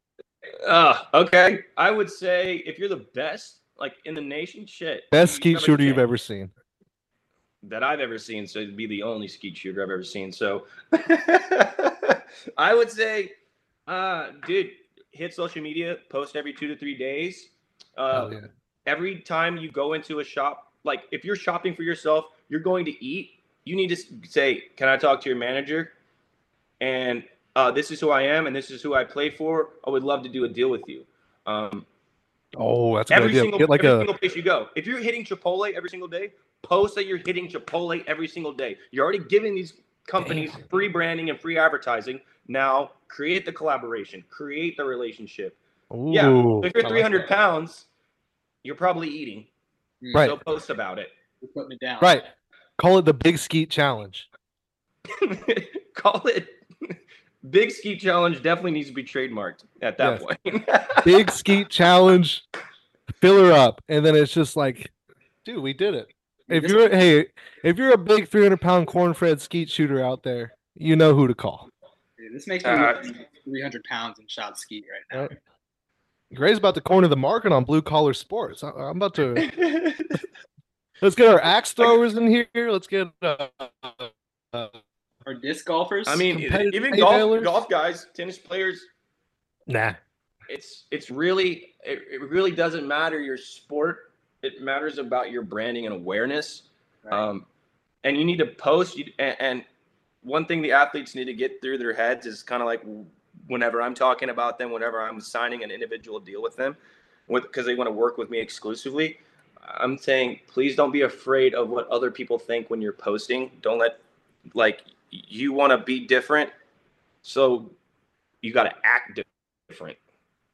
B: Uh, okay. I would say if you're the best, like in the nation, shit.
C: Best
B: you
C: skeet
B: have a
C: shooter you've
B: chance.
C: ever seen.
B: that I've ever seen. So it'd be the only skeet shooter I've ever seen. So [LAUGHS] I would say, uh, dude, hit social media, post every two to three days. Uh,
C: Hell yeah.
B: every time you go into a shop, like if you're shopping for yourself, you're going to eat, you need to s- say, Can I talk to your manager? And uh, this is who I am, and this is who I play for. I would love to do a deal with you. Um,
C: Oh, that's a good
B: every
C: idea.
B: single,
C: Get like
B: every
C: a
B: single place you go. If you're hitting Chipotle every single day, post that you're hitting Chipotle every single day. You're already giving these companies free branding and free advertising. Now create the collaboration, create the relationship. Yeah. So
C: Ooh,
B: if
C: I
B: you're
C: like
B: 300
C: that.
B: pounds, you're probably eating.
C: Right.
B: So post about it.
A: You put me down.
C: Right. Call it the Big Skeet Challenge.
B: [LAUGHS] call it Big Ski Challenge definitely needs to be trademarked at that point. [LAUGHS]
C: Big Skeet Challenge. Fill her up, and then it's just like, dude, we did it. If
A: This-
C: you're hey, if you're a big 300 pound corn fed skeet shooter out there, you know who to call.
A: Dude, this makes me
B: Uh,
A: look like 300 pounds and shot ski right now.
C: Gray's about to corner the market on blue collar sports. I, am about
B: [LAUGHS]
C: to let's get our axe throwers in here. Let's get uh, uh,
A: Or disc golfers.
B: I mean,
C: Competitive
B: even
C: pay
B: golf,
C: mailers.
B: golf guys, tennis players,
C: nah.
B: it's it's really it, it really doesn't matter your sport. It matters about your branding and awareness.
A: Right.
B: Um, and you need to post. You, and, and one thing the athletes need to get through their heads is kind of like whenever I'm talking about them, whenever I'm signing an individual deal with them, because they want to work with me exclusively. I'm saying, please don't be afraid of what other people think when you're posting. Don't let, like, you want to be different. So you got to act different.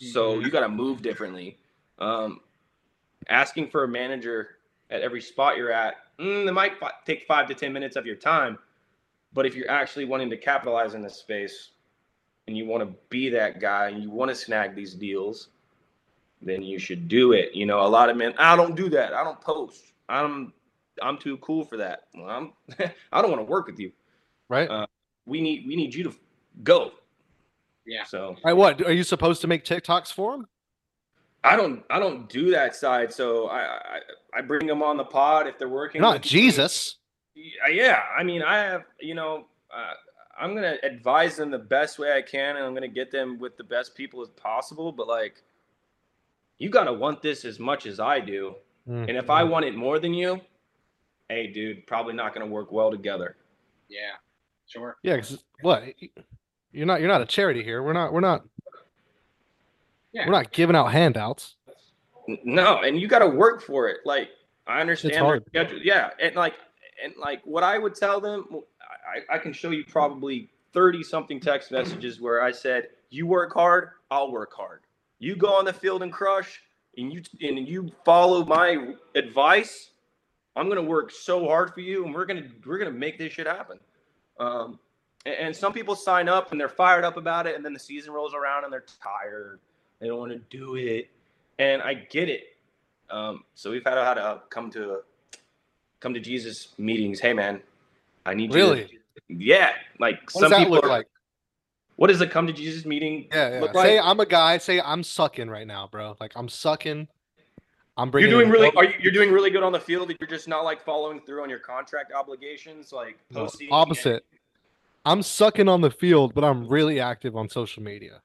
B: So
A: Mhm.
B: you got to move differently. Um, asking for a manager at every spot you're at, mm, it might fi- take five to 10 minutes of your time. But if you're actually wanting to capitalize in this space and you want to be that guy and you want to snag these deals, then you should do it. You know, a lot of men, I don't do that. I don't post. I'm I'm too cool for that. Well, I'm [LAUGHS] I don't want to work with you.
C: Right?
B: Uh, We need we need you to go.
A: Yeah.
B: So
C: All right, what are you supposed to make TikToks for him?
B: I don't I don't do that side. So I I, I bring them on the pod if they're working.
C: Not
B: with me.
C: Jesus.
B: Yeah, yeah. I mean, I have, you know, uh, I'm going to advise them the best way I can and I'm going to get them with the best people as possible. But like, you got to want this as much as I do. And
C: Hmm.
B: if I want it more than you, hey, dude, probably not going to work well together.
A: yeah, sure.
C: Yeah, 'cause what? You're not. You're not a charity here. We're not. We're not.
A: Yeah.
C: We're not giving out handouts.
B: N- No, and you got to work for it. Like I understand their
C: hard.
B: schedule. Yeah, and like and like what I would tell them, I, I can show you probably thirty something text messages where I said, "You work hard, I'll work hard. You go on the field and crush, and you and you follow my advice, I'm gonna work so hard for you, and we're gonna we're gonna make this shit happen. Um, and, and some people sign up and they're fired up about it, and then the season rolls around and they're tired. They don't want to do it, and I get it. Um, so we've had how to come to come to Jesus meetings. Hey, man, I need you to-
C: Really?
B: yeah, like
C: What
B: some
C: does that
B: people
C: look
B: are-
C: like?
B: What does a come to Jesus meeting?
C: Yeah, yeah.
B: look
C: Say
B: like?
C: I'm a guy. Say I'm sucking right now, bro. Like I'm sucking. I'm
B: You're
C: bringing.
B: doing
C: in-
B: really. Are you, you're doing really good on the field. and You're just not like following through on your contract obligations, like
C: No,
B: posting.
C: opposite. I'm sucking on the field, but I'm really active on social media.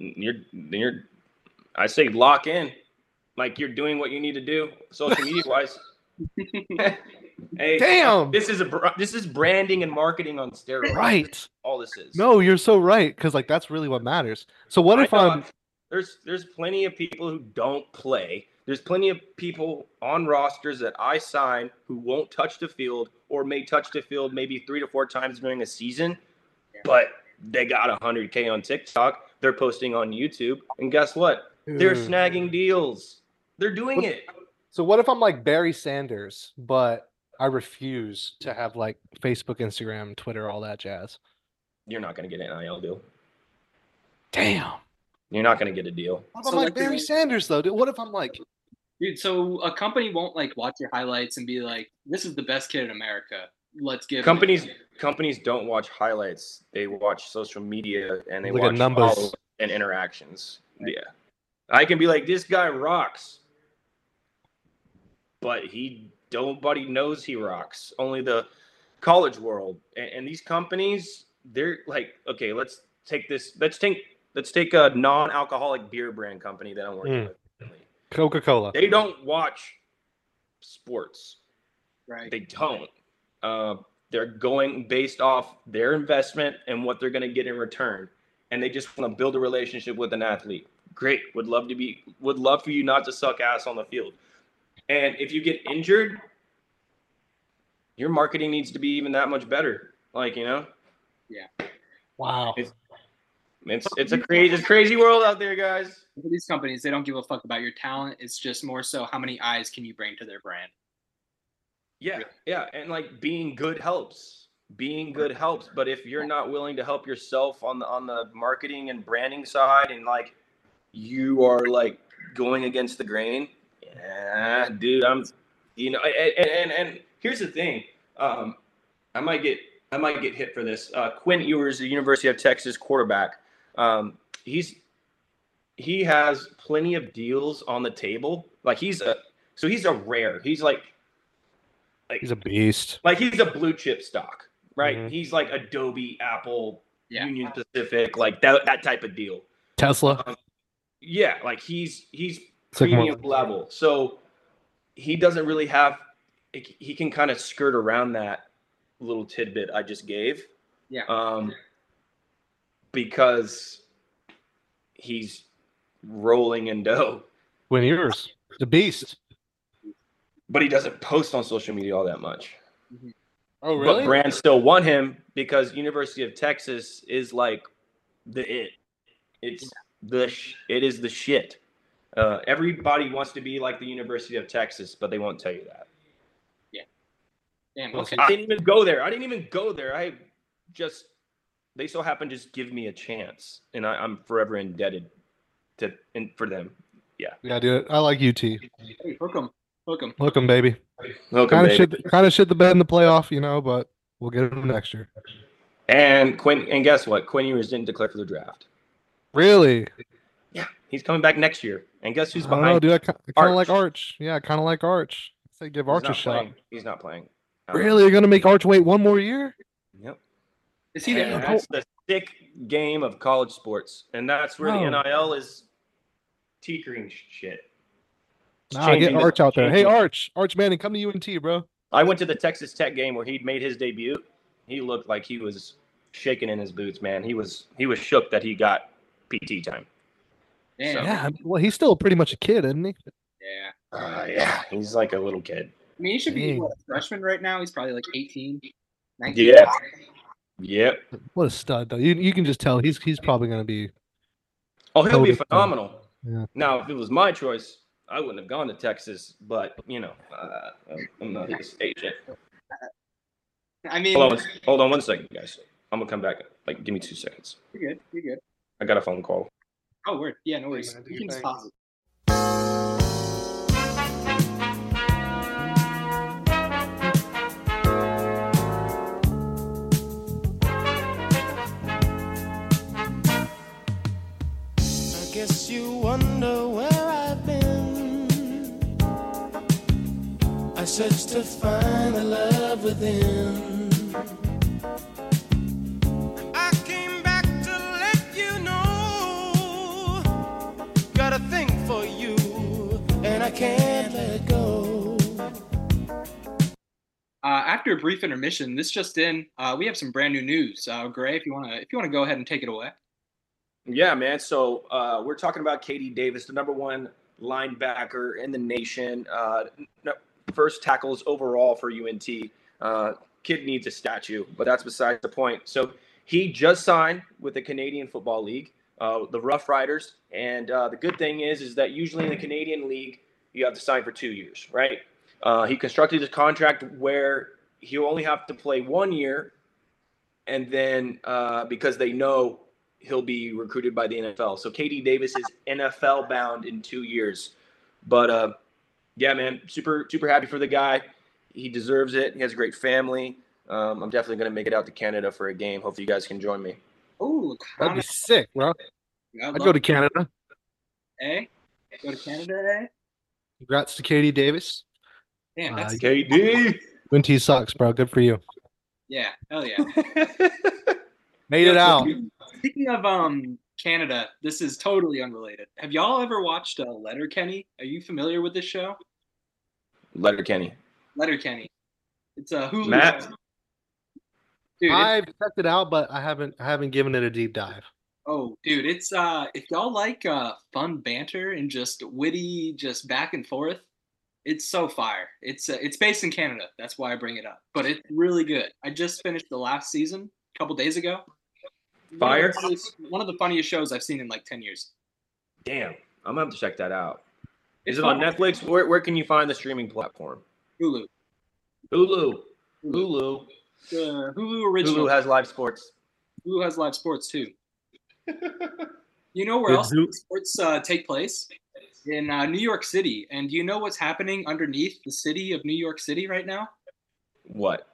B: and You're you're. I say lock in, like you're doing what you need to do, social media wise. hey,
C: Damn.
B: this is a br- this is branding and marketing on steroids.
C: Right.
B: All this is.
C: No, you're so right. Because like that's really what matters. So what
B: I
C: if
B: know,
C: I'm
B: there's there's plenty of people who don't play. There's plenty of people on rosters that I sign who won't touch the field or may touch the field maybe three to four times during a season, but they got 100k on TikTok. They're posting on YouTube, and guess what? They're
C: Dude.
B: snagging deals. They're doing
C: What-
B: it.
C: So what if I'm like Barry Sanders, but I refuse to have like Facebook, Instagram, Twitter, all that jazz?
B: You're not gonna get an IL deal.
C: Damn.
B: You're not gonna get a deal.
C: What if
A: So,
C: I'm like,
A: like,
C: Barry
A: you're-
C: Sanders though? Dude, what if I'm like,
A: Dude, so a company won't like watch your highlights and be like, "This is the best kid in America. Let's give him-"
B: Companies companies don't watch highlights. They watch social media and they
C: Look at
B: watch
C: numbers.
B: follow- and interactions. Yeah, I can be like, this guy rocks, but he nobody knows he rocks. Only the college world and, and these companies. They're like, okay, let's take this. Let's take let's take a non-alcoholic beer brand company that I'm working
C: Mm.
B: with. currently.
C: Coca-Cola?
B: They don't watch sports.
A: right?
B: They don't. Uh, they're going based off their investment and what they're going to get in return, and they just want to build a relationship with an athlete. Great, would love to be, would love for you not to suck ass on the field. And if you get injured, your marketing needs to be even that much better. Like you know,
C: Wow.
B: It's- it's it's a crazy, it's a crazy world out there, guys.
A: For these companies, they don't give a fuck about your talent. It's just more so how many eyes can you bring to their brand.
B: Yeah, yeah, and like being good helps. Being good helps, but if you're not willing to help yourself on the on the marketing and branding side, and like you are like going against the grain, yeah, dude, I'm, you know, and and, and here's the thing, um, I might get I might get hit for this. Uh, Quinn Ewers, the University of Texas quarterback, um, he's he has plenty of deals on the table. Like he's a so he's a rare. He's like
C: He's a beast.
B: like he's a blue chip stock, right?
C: Mhm.
B: He's like Adobe, Apple,
A: Yeah.
B: Union Pacific, like that that type of deal.
C: Tesla.
B: Yeah, like he's he's
C: It's like more-
B: premium level. So he doesn't really have he can kind of skirt around that little tidbit I just gave.
A: Yeah.
B: Um because he's rolling in dough,
C: When yours, the beast.
B: but he doesn't post on social media all that much.
C: Oh
B: But brands still want him because University of Texas is like the it. It's the sh- it is the shit. Uh, everybody wants to be like the University of Texas, but they won't tell you that.
A: Damn.
C: Well,
A: Okay.
B: I didn't even go there. I didn't even go there. I just they so happen to just give me a chance, and I, I'm forever indebted to and for them.
C: yeah, dude. I like UT.
A: Hey, hook them. Hook them.
C: Look him, baby.
B: Welcome,
C: Kind of
B: baby.
C: shit. Kind of shit the bed in the playoff, you know. But we'll get him next year.
B: And Quinn, and guess what? Quinn Ewers didn't declare for the draft.
C: Really?
B: Yeah, he's coming back next year. And guess who's
C: I don't know,
B: behind?
C: dude. I kind of
B: Arch.
C: like Arch. Yeah, I kind of like Arch. I say give
B: He's
C: Arch a
B: not
C: shot.
B: playing. He's not playing. I don't know.
C: Really? You're gonna make Arch wait one more year?
B: Yep.
A: Is he
B: Yeah,
A: there?
B: that's the thick game of college sports, and that's where
C: No.
B: the NIL is tinkering shit. It's
C: Nah, get
B: changing the-
C: Arch out there. Hey,
B: changing-
C: Arch, Arch Manning, come to UNT, bro.
B: I went to the Texas Tech game where he made his debut. He looked like he was shaking in his boots, man. He was he was shook that he got PT time.
A: Damn.
B: So-
A: Yeah.
C: Yeah, well, he's still pretty much a kid, isn't he?
B: Uh, yeah, he's like a little kid.
A: I mean, he should be
C: Dang.
A: what, a freshman right now. He's probably like 18, 19.
B: Yeah. Yep.
C: What a stud, though. You you can just tell he's he's probably gonna be.
B: Oh, he'll
C: Cody
B: be
C: Ford.
B: phenomenal.
C: Yeah.
B: Now, if it was my choice, I wouldn't have gone to Texas, but you know, uh, I'm not his agent.
A: I mean,
B: Hold on, one- hold on one second, guys. I'm gonna come back. Like, give me two seconds.
A: you're good. You're good.
B: I got a phone call.
A: Oh, word. Yeah, no worries.
C: man, do
A: You
C: your
A: can just
C: thing.
A: pause it.
E: I guess you wonder where I've been. I search to find the love within. I came back to let you know. Got a thing for you, and I can't let go.
A: Uh, after a brief intermission, this just in, uh, we have some brand new news. Uh, Gray, if you wanna, if you wanna go ahead and take it away.
B: Yeah, man. So uh, we're talking about Katie Davis, the number one linebacker in the nation, uh, n- first tackles overall for UNT. Uh, kid needs a statue, but that's besides the point. So he just signed with the Canadian Football League, uh, the Rough Riders, and uh, the good thing is, is that usually in the Canadian League, you have to sign for two years, right? Uh, he constructed his contract where he'll only have to play one year, and then uh, because they know he'll be recruited by the NFL. So KD Davis is NFL bound in two years. But uh, yeah, man, super super happy for the guy. He deserves it. He has a great family. Um, I'm definitely going to make it out to Canada for a game. Hopefully, you guys can join me.
A: Oh,
C: That'd be sick, bro. I'd go to Canada.
A: A. Go to Canada. eh?
C: Congrats to Katie Davis.
A: Damn,
C: Uh,
A: that's
B: KD.
C: Winty sucks, bro. Good for you.
A: yeah, hell
C: [LAUGHS]
A: yeah.
C: Made it out.
A: Speaking of um Canada, this is totally unrelated. Have y'all ever watched uh, Letter Kenny? Are you familiar with this show?
B: Letter Kenny.
A: Letter Kenny. It's a Hulu.
B: Matt?
A: show. Dude, it's-
C: I've checked it out, but I haven't I haven't given it a deep dive.
A: Oh, dude, it's uh if y'all like uh fun banter and just witty just back and forth, it's so fire. It's uh, it's based in Canada. That's why I bring it up. But it's really good. I just finished the last season a couple days ago. One
B: Fire.
A: of the funniest- one of the funniest shows I've seen in like 10 years.
B: Damn, I'm going to have to check that out.
A: It's
B: Is it on
A: fun.
B: Netflix? Where, where can you find the streaming platform?
A: Hulu.
B: Hulu. Hulu.
A: The Hulu original.
B: Hulu has live sports.
A: Hulu has live sports too. you know where
C: Did
A: else
C: Hulu-
A: sports uh, take place? In uh, New York City. And do you know what's happening underneath the city of New York City right now?
B: What?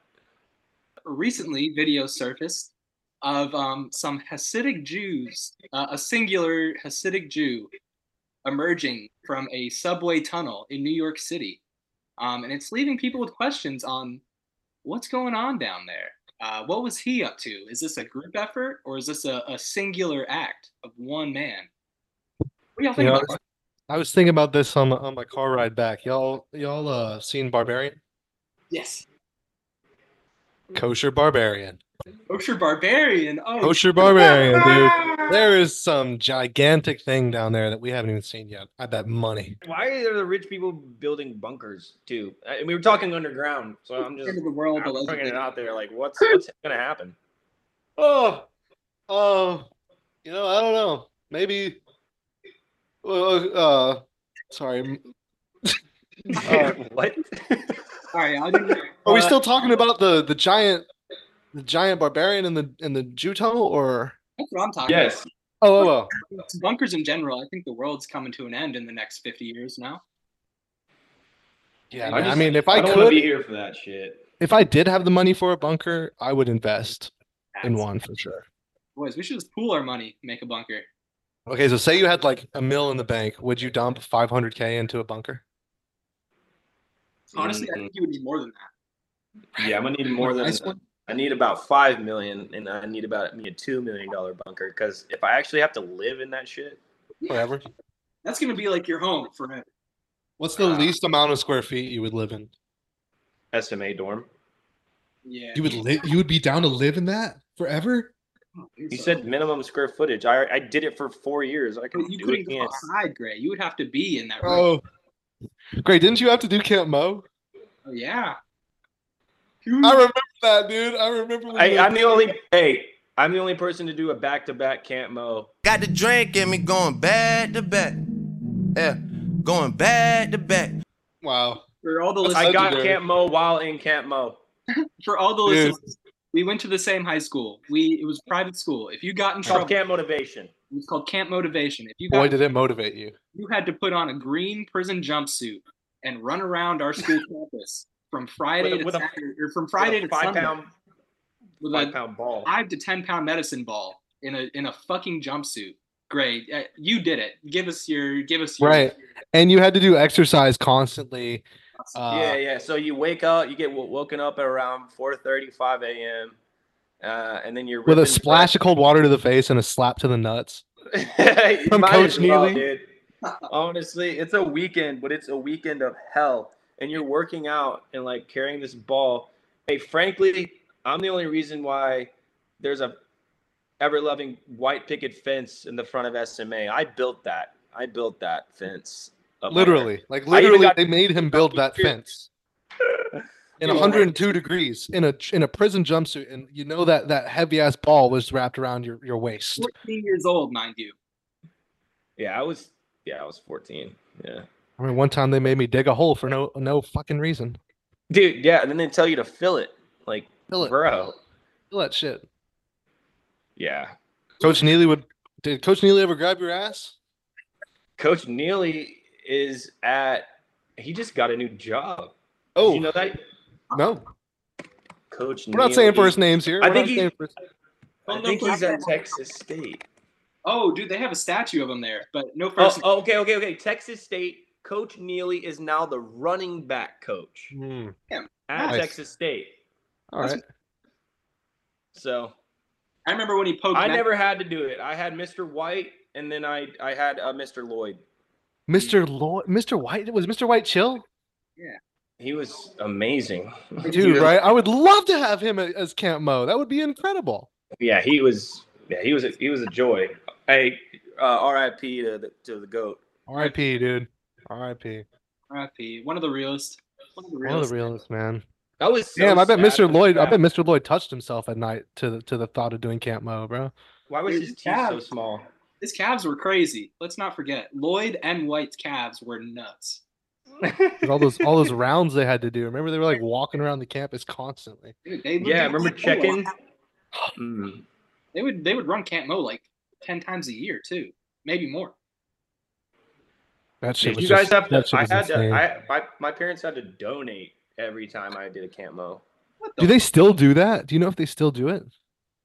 A: recently video surfaced of um, some Hasidic Jews, uh, a singular Hasidic Jew, emerging from a subway tunnel in New York City, um, and it's leaving people with questions on what's going on down there. Uh, what was he up to? Is this a group effort or is this a, a singular act of one man? What do y'all think
C: Yeah.
A: about that?
C: I was thinking about this on my, on my car ride back. Y'all y'all uh seen Barbarian?
A: Yes.
C: Kosher Barbarian.
A: Kosher Barbarian. Oh,
C: Kosher Barbarian, dude. There is some gigantic thing down there that we haven't even seen yet. I bet money.
B: Why are the rich people building bunkers too? I- And we were talking underground, so I'm just
A: end of the world.
B: I'm bringing
A: allegedly.
B: it out there. Like, what's what's gonna happen?
C: Oh, oh, you know, I don't know. Maybe. Uh, uh sorry. m-
B: [LAUGHS]
C: Uh,
B: oh, what?
A: All right, I'll
C: [LAUGHS]
A: do that.
C: Are we
A: Uh,
C: still talking about the the giant, the giant barbarian in the in the Jew tunnel, or?
A: That's what I'm talking about.
B: yes.
C: Oh, oh, oh.
A: It's bunkers in general, I think the world's coming to an end in the next 50 years now.
C: yeah.
B: I
C: man, I,
B: just-
C: mean, if
B: I
C: I
B: don't want to be
C: could,
B: here for that shit.
C: if I did have the money for a bunker, I would invest in
A: That's-
C: one for sure.
A: Boys, we should just pool our money, make a bunker.
C: Okay, so say you had like a mill in the bank, would you dump 500k into a bunker?
A: Honestly, I
B: Mm,
A: think you would need more than that.
B: yeah, I'm gonna need more than.
C: Nice one.
B: I need about five million, and I need about me a two million dollar bunker because if I actually have to live in that shit,
C: Forever.
A: That's going to be like your home forever.
C: What's the
B: Ah.
C: least amount of square feet you would live in?
B: SMA dorm.
A: Yeah.
F: You would live. You would be down to live in that forever.
B: You said minimum square footage. I I did it for four years. I can
A: But you
B: do it
A: couldn't go
B: again.
A: outside, Gray. You would have to be in that room. Oh,
C: Oh, great! Didn't you have to do Camp Mo?
A: Oh, yeah. Hmm.
C: I remember that, dude. I remember. when
B: I,
C: we-
B: I'm the only. Hey, I'm the only person to do a back to back camp mo.
E: Got the drink in me going back to back. Yeah, going back to back.
F: Wow.
A: For all the
F: That's
A: listeners,
B: I got
F: legendary.
B: camp mo while in camp mo.
A: for all the
F: Dude.
A: listeners, we went to the same high school. We it was private school. If you got in
B: It's called
A: trouble,
B: camp motivation.
A: it was called Camp Motivation. If you got
C: Boy, did it motivate you.
A: you had to put on a green prison jumpsuit and run around our
B: [LAUGHS]
A: school campus from Friday to
B: With a- with a-
A: Saturday, or from Friday
B: With
A: to
B: a five
A: Sunday
B: pound
A: with
B: five
A: a
B: pound ball.
A: five to ten pound medicine ball in a in a fucking jumpsuit. Great, Uh, you did it. Give us your give us your
C: Right. And you had to do exercise constantly. Uh,
B: yeah, yeah. So you wake up, you get wo- woken up at around 4:35 a.m. Uh, and then you're
C: With a
B: ripping-
C: splash of cold water to the face and a slap to the nuts.
B: [LAUGHS] You
C: From
B: might
C: Coach
B: as well,
C: Neely?
B: dude. Honestly, it's a weekend, but it's a weekend of hell. And you're working out and like carrying this ball. Hey, frankly, I'm the only reason why there's a ever loving white picket fence in the front of SMA. I built that. I built that fence. up there.
C: Literally, like
B: Oh I even
C: literally,
B: got-
C: they made him build
B: [LAUGHS]
C: that
B: Dude.
C: fence in
B: Dude.
C: 102 degrees in a in a prison jumpsuit, and you know that that heavy ass ball was wrapped around your your waist.
A: fourteen years old, mind you.
B: Yeah, I was yeah, I was 14. Yeah.
C: I mean, one time they made me dig a hole for no no fucking reason.
B: Dude, yeah, and then they tell you to fill it. Like,
C: Fill it,
B: bro.
C: fill that shit.
B: Yeah.
C: Coach Neely would. Did Coach Neely ever grab your ass?
B: Coach Neely is at he just got a new job. Did
C: Oh
B: you know that?
C: no,
B: Coach
C: we're not saying
B: Neely.
C: first names here.
B: I
C: We're
B: think
C: not
B: he-
C: saying first-
B: I think he's at Texas State.
A: Oh, dude, they have a statue of him there, but no
B: Oh,
A: first.
B: oh, okay, okay, okay. Texas State. Coach Neely is now the running back coach
C: Hmm,
B: at
C: Nice.
B: Texas State.
C: all right,
B: So
A: I remember when he poked.
B: I
A: Matt-
B: never had to do it. I had Mr. White, and then I I had uh, Mr. Lloyd.
C: Mr. Lloyd, Mr. White was Mr. White chill,
B: He was amazing. [LAUGHS]
C: dude. Right? I would love to have him a- as Camp Mo. That would be incredible.
B: Yeah, he was. Yeah, he was. A, he was a joy. Hey, uh, R.I.P. to the to the goat.
C: R.I.P. Dude. R.I.P.
A: RIP, one of the realest. One of the
C: One
A: realest.
C: of the realest, man.
B: That was so
C: Damn, I bet
B: sad
C: Mr.
B: for
C: Lloyd. I
B: Fab.
C: bet Mr. Lloyd touched himself at night to the to the thought of doing Camp Mo, bro.
B: Why was his teeth so
A: Fab.
B: small?
A: His calves were crazy. Let's not forget Lloyd and White's calves were nuts.
C: 'Cause All
B: [LAUGHS]
C: those all those rounds they had to do. Remember, they were like walking around the campus constantly.
A: Dude, they would
B: yeah,
A: do-
B: remember checking? Mm.
A: They would they would run Camp Mo like ten times a year too, maybe more.
C: That shit
B: Did
C: was
B: you guys
C: just-
B: have to?
C: that shit
B: I
C: was
B: had to.
C: insane.
B: I my, my parents had to donate every time I did a camo.
A: What the
C: Do they still do that? Do you know if they still do it?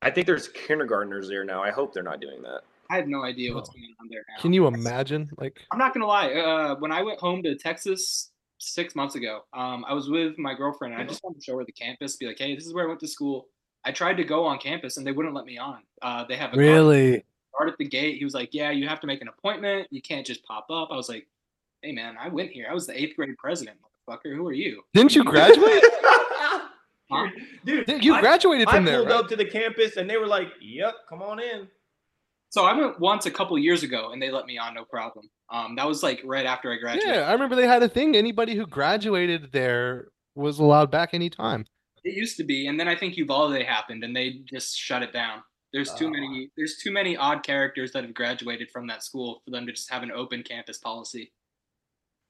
B: I think there's kindergartners there now. I hope they're not doing that.
A: I have no idea what's
C: Oh.
A: going on there now.
C: Can you imagine? Like,
A: I'm not gonna lie. Uh, when I went home to Texas six months ago, um, I was with my girlfriend, and I just wanted to show her the campus, be like, "Hey, this is where I went to school." I tried to go on campus, and they wouldn't let me on. Uh, they have a
C: [LAUGHS] really?
A: guard at the gate. He was like, "Yeah, you have to make an appointment. You can't just pop up." I was like, "Hey, man, I went here. I was the eighth grade president, motherfucker. Who are you?"
C: Didn't you [LAUGHS] graduate?
A: Huh?
B: [LAUGHS] dude,
C: Did- you
B: I-
C: graduated
B: I,
C: from there,
B: pulled
C: right?
B: up to the campus and they were like, "Yep, come on in."
A: So I went once a couple years ago, and they let me on, no problem. Um, that was like right after I graduated.
C: Yeah, I remember they had a thing. Anybody who graduated there was allowed back anytime.
A: It used to be, and then I think Uvalde happened, and they just shut it down. There's too
C: Oh.
A: many. There's too many odd characters that have graduated from that school for them to just have an open campus policy.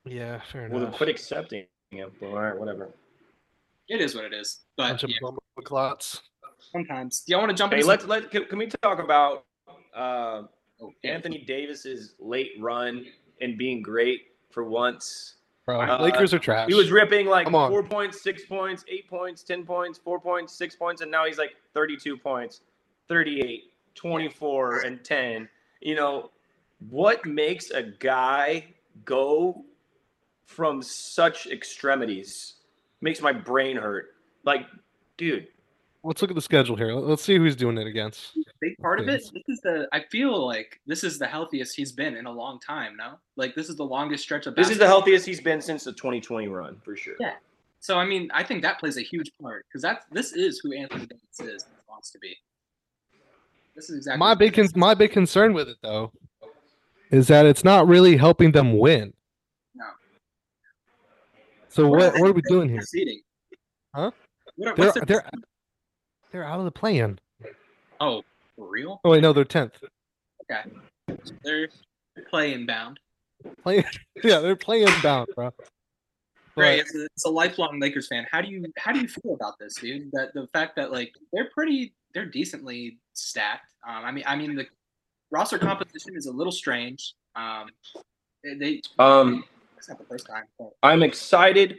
C: Yeah, fair
B: Well, then
C: enough.
B: quit accepting him. All right, whatever.
A: It is what it is. But
C: Bunch of
A: yeah,
C: bumble clots.
A: sometimes, do y'all want to jump
B: Hey,
A: into
B: let's let can, can we talk about uh,
A: some-
B: Anthony Davis's late run and being great for once?
C: Bro,
B: Uh,
C: Lakers are trash.
B: He was ripping like
C: Come on.
B: four points, six points, eight points, 10 points, four points, six points, and now he's like 32 points, 38, 24, and 10. You know, what makes a guy go from such extremities makes my brain hurt. Like, dude,
C: Let's look at the schedule here. Let- Let's see who he's doing it against.
A: big part of it. This is the. I feel like this is the healthiest he's been in a long time. No, like this is the longest stretch of.
B: this is the
A: basketball.
B: healthiest he's been since the 2020 run, for sure.
A: Yeah. So I mean, I think that plays a huge part because that's this is who Anthony Davis is and wants to be. This is exactly
C: My
A: what
C: big
A: it is.
C: con- my big concern with it though is that it's not really helping them win.
A: No.
C: So
A: What
C: what
A: are
C: what are we doing here?
A: Proceeding.
C: Huh?
A: What are-
C: They're
A: what's the-
C: they're they're out of the plan.
A: Oh, for real?
C: Oh wait, no, they're tenth.
A: They're playing bound.
C: Yeah, they're playing bound, bro.
A: Right. As a, as a lifelong Lakers fan, how do you how do you feel about this, dude? That the fact that like they're pretty, they're decently stacked. Um, I mean, I mean the roster composition is a little strange. Um, they, they
B: Um,
A: it's not the first time. But
B: I'm excited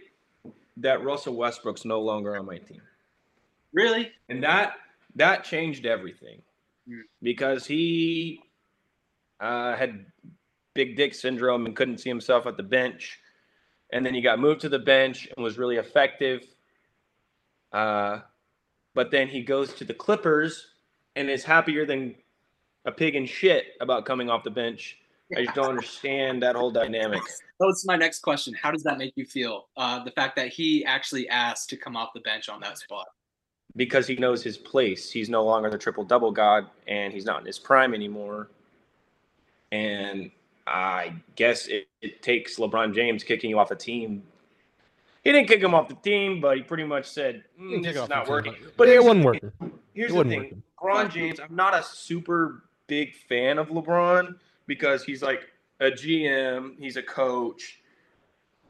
B: that Russell Westbrook's no longer on my team.
A: really,
B: and that that changed everything
A: Mm.
B: because he uh, had big dick syndrome and couldn't see himself at the bench and then he got moved to the bench and was really effective uh, but then he goes to the clippers and is happier than a pig in shit about coming off the bench i just don't understand that whole dynamic
A: that was my next question. How does that make you feel? Uh, the fact that he actually asked to come off the bench on that spot.
B: because he knows his place. He's no longer the triple double god, and he's not in his prime anymore. And I guess it, it takes LeBron James kicking you off a team. He didn't kick him off the team, but he pretty much said, "Mm,
C: Didn't
B: "This
C: kick
B: is
C: off
B: not
C: the team,
B: working." But
C: But it
B: here's,
C: wasn't working.
B: here's
C: it
B: the
C: wasn't
B: thing:
C: working.
B: LeBron James. I'm not a super big fan of LeBron because he's like a GM, he's a coach,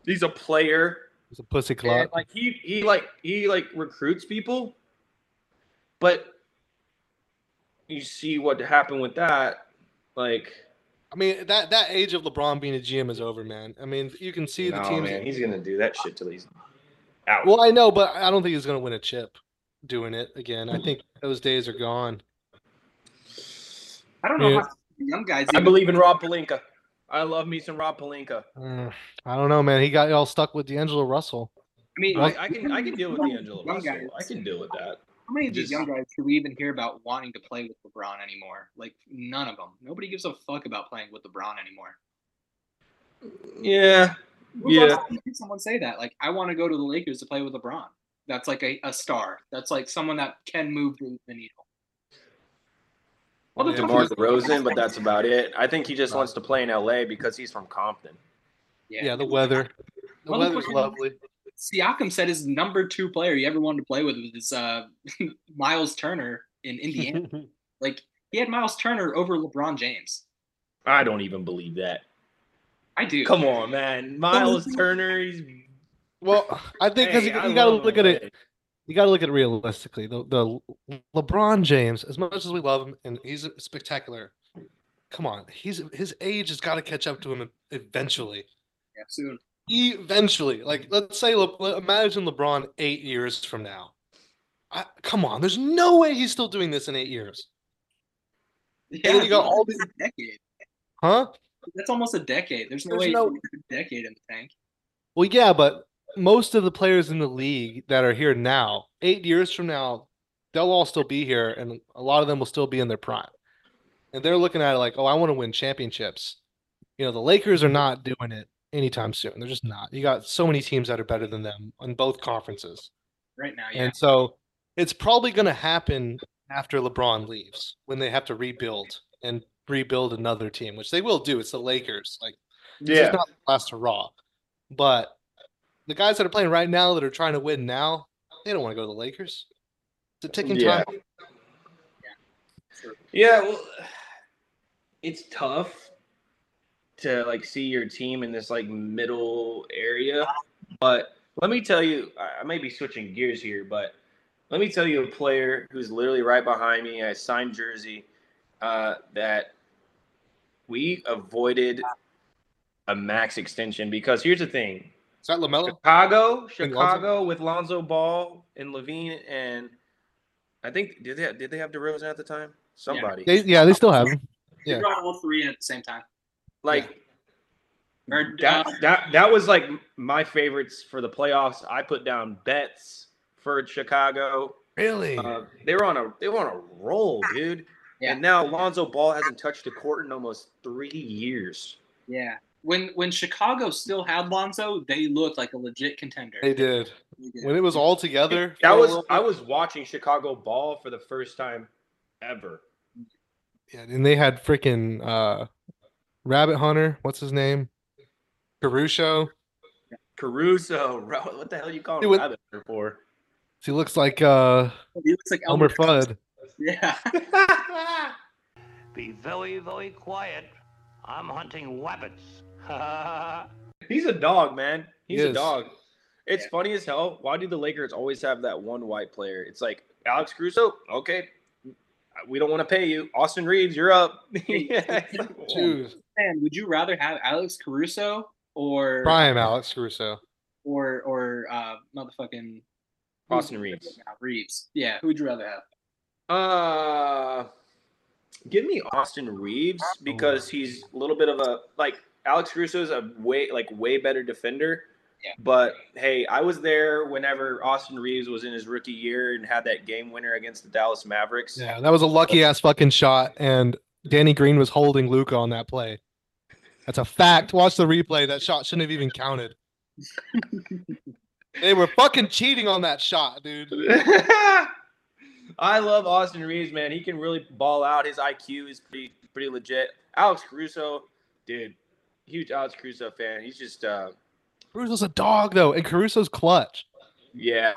B: he's a player.
C: It's a pussy
B: And,
C: clot.
B: like he he like he like recruits people, but you see what happened with that. Like
C: I mean, that that age of LeBron being a GM is over, man. I mean, you can see the
B: no,
C: teams.
B: man, he's gonna do that shit till he's out.
C: Well, I know, but I don't think he's going to win a chip doing it again. I think those days are gone.
A: I don't know
C: Yeah.
A: how the young guys.
B: I
A: even-
B: believe in Rob Palinka. I love me some Rob Palinka.
C: Mm, I don't know, man. He got all stuck with D'Angelo Russell.
A: I mean,
B: I, I can I can deal with
A: Young
B: D'Angelo
A: guys.
B: Russell. I can deal with that.
A: How many of these
B: Just-
A: young guys do we even hear about wanting to play with LeBron anymore? Like none of them. Nobody gives a fuck about playing with LeBron anymore.
B: Yeah.
A: When's the
B: Yeah.
A: last time you heard Someone say that like I want to go to the Lakers to play with LeBron. That's like a, a star. That's like someone that can move the, the needle. Well, the
B: DeMar
A: tough-
B: DeRozan, but that's about it. I think he just wants to play in LA because he's from Compton.
A: yeah.
C: Yeah, the weather. The
A: Well,
C: weather's
A: LeBron-
C: lovely.
A: Siakam said his number two player he ever wanted to play with was uh, [LAUGHS] Miles Turner in Indiana. like he had Miles Turner over LeBron James.
B: I don't even believe that.
A: I do.
B: Come on, man. Miles Turner, he's
C: well, I think because
B: Hey, I
C: you, got to
B: love
C: look at
B: LA.
C: it. You got to look at it realistically. The the LeBron James, as much as we love him and he's spectacular, come on, he's his age has got to catch up to him eventually.
A: Yeah, soon. [LAUGHS]
C: eventually like let's say Le- Le- imagine lebron eight years from now I, come on there's no way he's still doing this in eight years
A: Yeah,
C: then you got all
A: this decade.
C: huh
A: That's almost a decade. There's no
C: There's
A: way
C: no-
A: it's a decade in the tank.
C: well yeah but most of the players in the league that are here now eight years from now they'll all still be here and a lot of them will still be in their prime and they're looking at it like oh i want to win championships you know the lakers are not doing it anytime soon they're just not you got so many teams that are better than them on both conferences
A: Right now, yeah.
C: And so it's probably going to happen after LeBron leaves when they have to rebuild and rebuild another team, which they will do. It's the Lakers. Like, this
B: Yeah.
C: is not the last hurrah. But the guys that are playing right now that are trying to win now, they don't want to go to the Lakers. It's a ticking
B: Yeah.
C: time.
B: Yeah, well, [SIGHS] it's tough to like see your team in this like middle area, but let me tell you, I I may be switching gears here, but let me tell you a player who's literally right behind me. I signed jersey uh, that we avoided a max extension because here's the thing:
C: Is that LaMelo?
B: Chicago,
C: And Lonzo?
B: Chicago with Lonzo Ball and Levine, and I think did they did they have DeRozan at the time? Somebody
C: They, yeah, they still have him.
A: You
C: Yeah.
A: brought all three in at the same time.
B: like
C: Mm-hmm.
A: Or,
B: that,
A: uh,
B: that that was like my favorites for the playoffs. I put down bets for Chicago.
C: Really?
B: Uh, they were on a they were on a roll, dude.
A: Yeah.
B: And now Lonzo Ball hasn't touched the court in almost three years.
A: yeah. When when Chicago still had Lonzo, they looked like a legit contender.
C: they did.
A: They did.
C: When it was all together, for
B: That
C: a
B: was
C: little
B: I
C: bit-
B: was watching Chicago Ball for the first time ever.
C: Yeah, and they had freaking uh, Rabbit Hunter. What's his name? Caruso.
B: Caruso, bro, what the hell you calling
C: Dude, when-
B: Rabbit for?
C: He looks like uh,
A: He looks like
C: Elmer Fudd.
A: [LAUGHS] Yeah.
G: Be very, very quiet. I'm hunting rabbits.
B: He's a dog, man. He's
C: He
B: a
C: is.
B: dog. It's
A: Yeah.
B: funny as hell. Why do the Lakers always have that one white player? It's like Alex Crusoe. Okay, we don't want to pay you. Austin Reeves, you're up. [LAUGHS] yeah, it's like,
C: Dude.
A: Man, would you rather have Alex Caruso or
C: Try him, Alex Caruso.
A: or or uh, motherfucking uh,
B: Austin Reeves.
A: Reeves. Yeah, who would you rather have?
B: Uh, give me Austin Reeves
A: Oh.
B: because he's a little bit of a like Alex Russo's a way like way better defender.
A: Yeah.
B: But hey, I was there whenever Austin Reeves was in his rookie year and had that game winner against the Dallas Mavericks.
C: Yeah, that was a lucky ass fucking shot, and Danny Green was holding Luca on that play. That's a fact. Watch the replay. That shot shouldn't have
B: [LAUGHS]
C: even counted. they were fucking cheating on that shot, dude.
B: [LAUGHS] I love Austin Reeves, man. He can really ball out. His IQ is pretty pretty legit. Alex Caruso, dude, huge Alex Caruso fan. He's just uh
C: Caruso's a dog though, and Caruso's clutch.
B: yeah.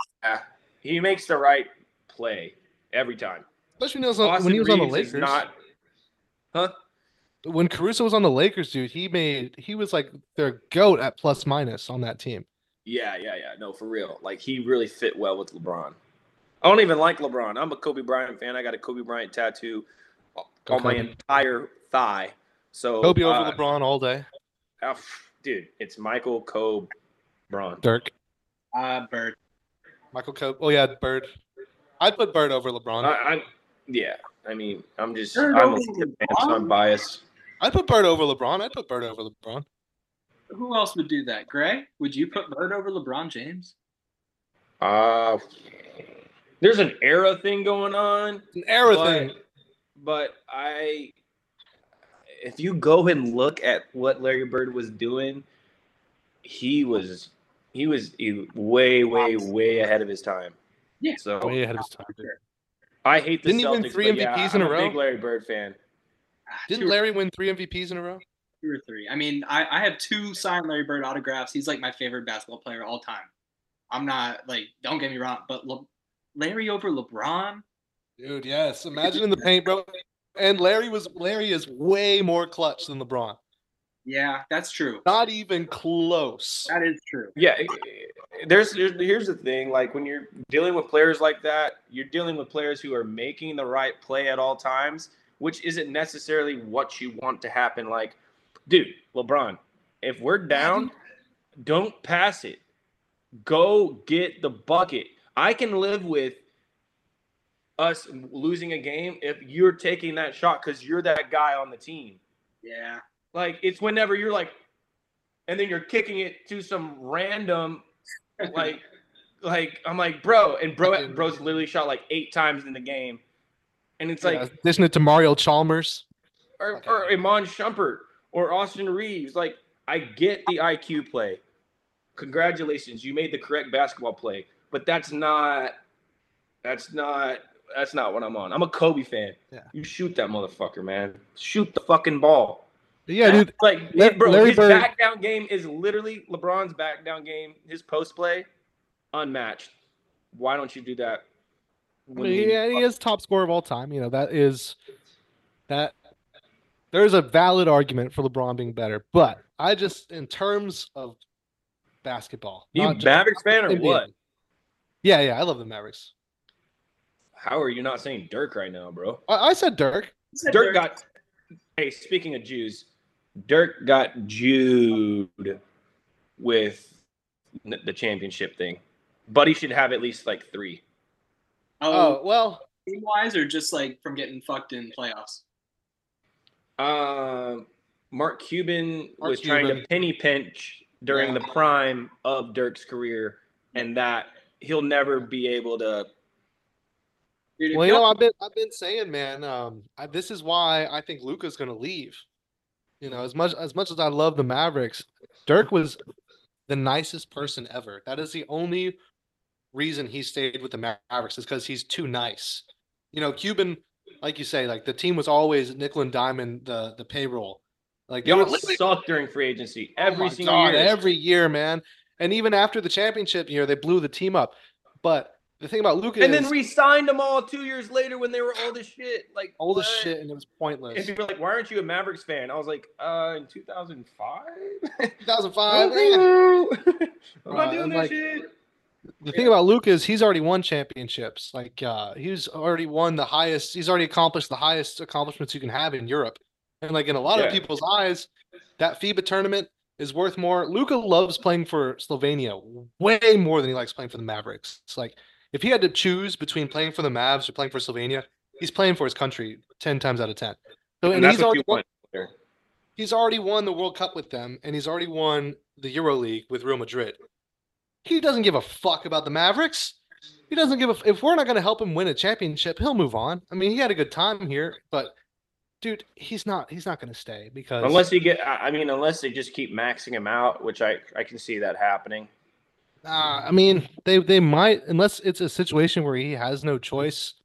B: He makes the right play every time.
C: Especially when he was on,
B: Austin
C: when he was on the
B: Reeves is
C: Lakers.
B: not
C: When Caruso was on the Lakers, dude, he made he was like their goat at plus minus on that team.
B: Yeah, yeah, yeah. No, for real. Like he really fit well with LeBron. I don't even like LeBron. I'm a Kobe Bryant fan. I got a Kobe Bryant tattoo
C: Go
B: on my
C: Kobe.
B: entire thigh. So
C: Kobe over
B: uh,
C: LeBron all day.
B: ah, pff, dude, it's Michael Kobe Braun.
C: Dirk.
A: Uh, Bird.
C: Michael Kobe. Oh yeah, Bird. I'd put Bird over LeBron.
B: I, I'm yeah. I mean, I'm just
A: You're
B: I'm a
A: voting
B: fan, so
A: LeBron?
B: I'm biased.
C: I'd put Bird over LeBron. I'd put Bird over LeBron.
A: Who else would do that? Gray? Would you put Bird over LeBron James?
B: Uh there's an era thing going on.
C: An era thing.
B: But, but I, if you go and look at what Larry Bird was doing, he was he was e- way way way ahead of his time.
A: Yeah.
B: So
C: Way ahead of his time.
A: Sure.
B: I hate the
C: Didn't he
B: Celtics.
C: win three
B: but yeah,
C: MVPs in a
B: I'm
C: row?
B: Big Larry Bird fan.
A: Ah,
C: Didn't
A: two or-
C: Larry win three MVPs in a row?
A: two or three. I mean, I, I have two signed Larry Bird autographs. He's like my favorite basketball player of all time. I'm not like, don't get me wrong, but Le- Larry over LeBron,
C: Dude, yes. Imagine in the paint, bro. And Larry was Larry is way more clutch than LeBron.
A: yeah, that's true.
C: Not even close.
A: That is true.
B: Yeah, eh, there's, there's here's the thing. Like when you're dealing with players like that, you're dealing with players who are making the right play at all times, which isn't necessarily what you want to happen. Like, dude, LeBron, if we're down, don't pass it. Go get the bucket. I can live with us losing a game if you're taking that shot because you're that guy on the team.
A: Yeah.
B: Like it's whenever you're like, and then you're kicking it to some random,
A: [LAUGHS]
B: like, like I'm like, bro, and bro, bro's literally shot like eight times in the game, and it's like,
C: yeah, dishing it to Mario Chalmers.
B: or, or Iman Shumpert or Austin Reeves. Like I get the IQ play. Congratulations, you made the correct basketball play, but that's not, that's not. That's not what I'm on. I'm a Kobe fan.
C: Yeah.
B: You shoot that motherfucker, man. Shoot the fucking ball.
C: But yeah, dude.
B: Like,
C: La-
B: bro,
C: Larry
B: his
C: Bird-
B: back down game is literally LeBron's back down game. His post play, unmatched. Why don't you do that? when you-
C: Yeah, he is top scorer of all time. You know, that is that there is a valid argument for LeBron being better. But I just in terms of basketball.
B: You
C: not just
B: Mavericks fan or
C: NBA.
B: what?
C: Yeah, yeah, I love the Mavericks.
B: How are you not saying Dirk right now, bro?
C: I, I said Dirk.
B: Dirk got. Hey, speaking of Jews, Dirk got Jewed with n- the championship thing. But he should have at least like three.
A: Oh,
C: Oh well,
A: team wise or just like from getting fucked in playoffs?
B: Um, Mark Cuban
C: Mark
B: was trying
C: Cuban.
B: to penny pinch during
A: Yeah.
B: the prime of Dirk's career, and that he'll never be able to.
A: Dude, if
C: well, you know,
A: y'all-
C: I've been I've been saying, man, um, I, this is why I think Luca's going to leave. You know, as much as much as I love the Mavericks, Dirk was the nicest person ever. That is the only reason he stayed with the Mavericks is because he's too nice. You know, Cuban, like you say, like the team was always nickel and diamond the the payroll. Like they were
B: Y'all
C: literally
B: suck during free agency
C: Oh
B: every
C: my
B: single
C: God,
B: year.
C: every year, man. And even after the championship year, they blew the team up. But the thing about Luca
B: and
C: is
B: then re-signed them all two years later when they were old as shit. Like
C: old as
B: what?
C: shit and it was
B: And
C: pointless.
B: people were like, "Why aren't you a Mavericks fan?" I was like, "Uh, in 2005."
C: 2005. eh.
B: [LAUGHS] I'm
C: Uh,
B: not doing
C: and
B: that
C: like-
B: shit.
C: The thing about Luca is he's already won championships. Like uh, he's already won the highest. He's already accomplished the highest accomplishments you can have in Europe. And like in a lot
B: Yeah.
C: of people's eyes, that FIBA tournament is worth more. Luca loves playing for Slovenia way more than he likes playing for the Mavericks. It's like if he had to choose between playing for the Mavs or playing for Slovenia, he's playing for his country ten times out of ten. So and,
B: And that's
C: he's
B: what
C: already
B: you
C: won-
B: want. there.
C: he's already won the World Cup with them, and he's already won the Euro League with Real Madrid. He doesn't give a fuck about the Mavericks. He doesn't give a. F- if we're not going to help him win a championship, he'll move on. I mean, he had a good time here, but dude, he's not. He's not going to stay because
B: Unless you get, I I mean, unless they just keep maxing him out, which I I can see that happening.
C: Uh, I mean, they they might unless it's a situation where he has no choice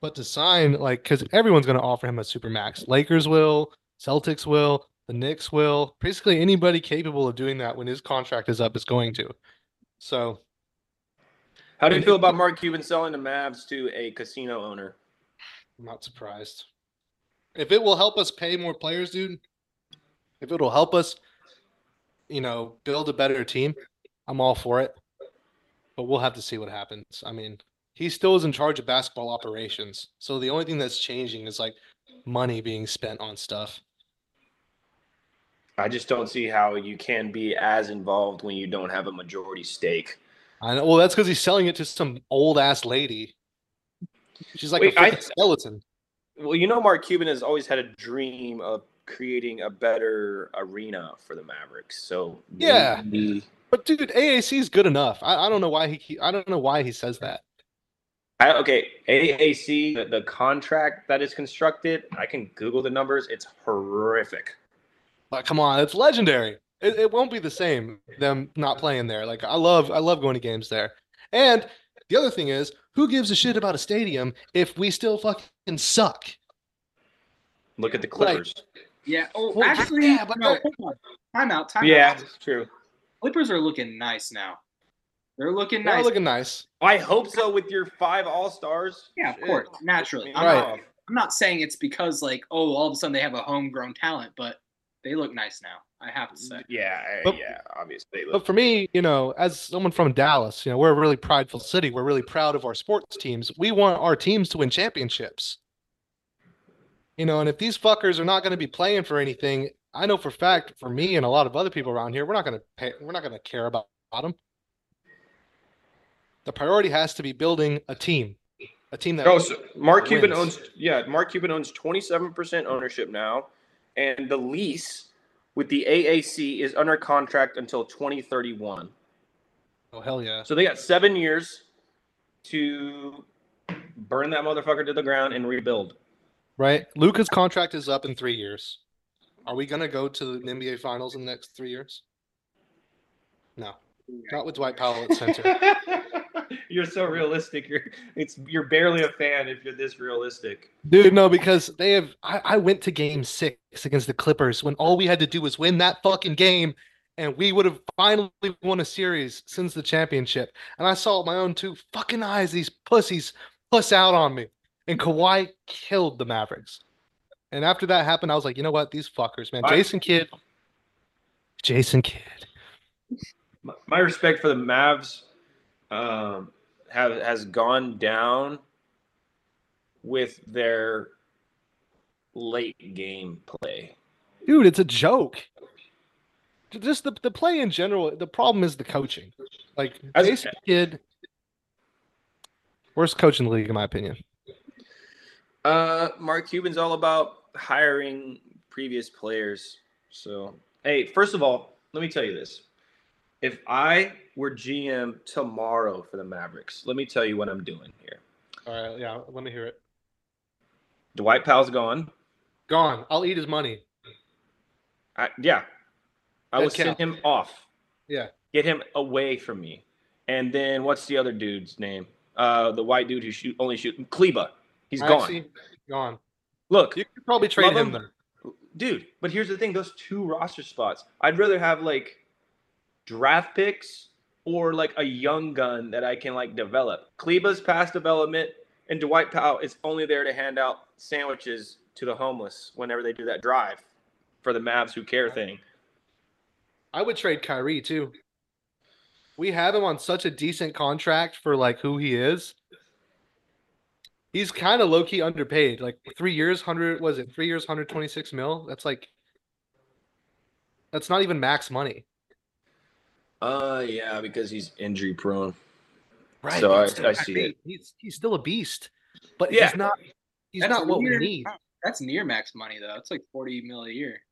C: but to sign, like because everyone's going to offer him a supermax. Lakers will, Celtics will, the Knicks will. Basically, anybody capable of doing that when his contract is up is going to. So
B: How do you feel about Mark Cuban selling the Mavs to a casino owner?
C: I'm not surprised. If it will help us pay more players, dude. If it'll help us, you know, build a better team, I'm all for it. But we'll have to see what happens. I mean, he still is in charge of basketball operations. So the only thing that's changing is like money being spent on stuff.
B: I just don't see how you can be as involved when you don't have a majority stake.
C: I know. Well, that's because he's selling it to some old ass lady. She's like
B: Wait,
C: a
B: I-
C: freaking skeleton.
B: Well, you know, Mark Cuban has always had a dream of creating a better arena for the Mavericks. So
C: Yeah.
B: maybe-
C: But dude, AAC is good enough. I, I don't know why he. keep- I don't know why he says that.
B: I, okay, AAC, the, the contract that is constructed, I can Google the numbers. It's horrific.
C: But come on, it's legendary. It, it won't be the same them not playing there. Like I love I love going to games there. And the other thing is, who gives a shit about a stadium if we still fucking suck?
B: Look at the
C: Like-
B: Clippers.
A: Yeah. Oh,
C: Well,
A: actually,
C: yeah, but
A: no,
C: that-
A: hold on. Time out. Time out.
B: it's true.
A: Clippers are looking nice now. They're looking
C: They're
A: nice.
C: looking nice.
B: I hope so with your five All Stars.
A: yeah, of course, naturally. I'm,
C: Right.
A: not, I'm not saying it's because like oh, all of a sudden they have a homegrown talent, but they look nice now. I have to say.
B: Yeah, I-
C: But-
B: yeah, obviously.
C: But for me, you know, as someone from Dallas, you know, we're a really prideful city. We're really proud of our sports teams. We want our teams to win championships. You know, and if these fuckers are not going to be playing for anything, I know for a fact for me and a lot of other people around here, we're not going to pay, we're not going to care about them. The priority has to be building a team, a team that
B: Oh, so Mark Cuban
C: wins.
B: owns yeah, Mark Cuban owns 27% ownership now and the lease with the AAC is under contract until 2031.
C: oh hell yeah.
B: So they got 7 years to burn that motherfucker to the ground and rebuild.
C: Right? Luca's contract is up in 3 years. Are we going to go to the NBA finals in the next 3 years? No. Not with Dwight Powell at center.
B: [LAUGHS] you're so realistic. You're it's you're barely a fan if you're this realistic.
C: Dude, no, because they have. I, I went to game six against the Clippers when all we had to do was win that fucking game and we would have finally won a series since the championship. And I saw with my own two fucking eyes these pussies puss out on me. And Kawhi killed the Mavericks. And after that happened, I was like, you know what? These fuckers, man.
B: I-
C: Jason Kidd. Jason Kidd.
B: my, my respect for the Mavs um, have has gone down with their late game play.
C: Dude, it's a joke. J- Just the, the play in general. The problem is the coaching. Like
B: As-
C: Jason Kidd, worst coach in the league, in my opinion.
B: Uh, Mark Cuban's all about hiring previous players. So, hey, first of all, let me tell you this. If I were GM tomorrow for the Mavericks, let me tell you what I'm doing here.
C: All right, yeah, let me hear it.
B: Dwight Powell's gone.
C: Gone. I'll eat his money.
B: I, yeah. I
C: That
B: would send
C: counts.
B: him off.
C: Yeah.
B: Get him away from me. And then what's the other dude's name? Uh, the white dude who shoot only shoot Kleba. He's gone.
C: Maxey, gone.
B: Look,
C: You could probably trade
B: Love
C: him,
B: him.
C: there.
B: dude. But here's the thing: those two roster spots. I'd rather have like draft picks or like a young gun that I can like develop. Kleba's past development and Dwight Powell is only there to hand out sandwiches to the homeless whenever they do that drive for the Mavs Who Care thing.
C: I would trade Kyrie too. We have him on such a decent contract for like who he is. He's kind of low key underpaid. Like three years, hundred was it? Three years, hundred twenty six mil. That's like that's not even max money.
B: Uh, yeah, because he's injury prone.
C: Right.
B: So
C: but
B: I-
C: he's still
B: I see
C: Kyrie.
B: it.
C: He's he's still a beast, but
B: Yeah.
C: he's not. He's
A: That's
C: not what
A: weird.
C: we need.
A: That's near max money though. It's like forty mil a year.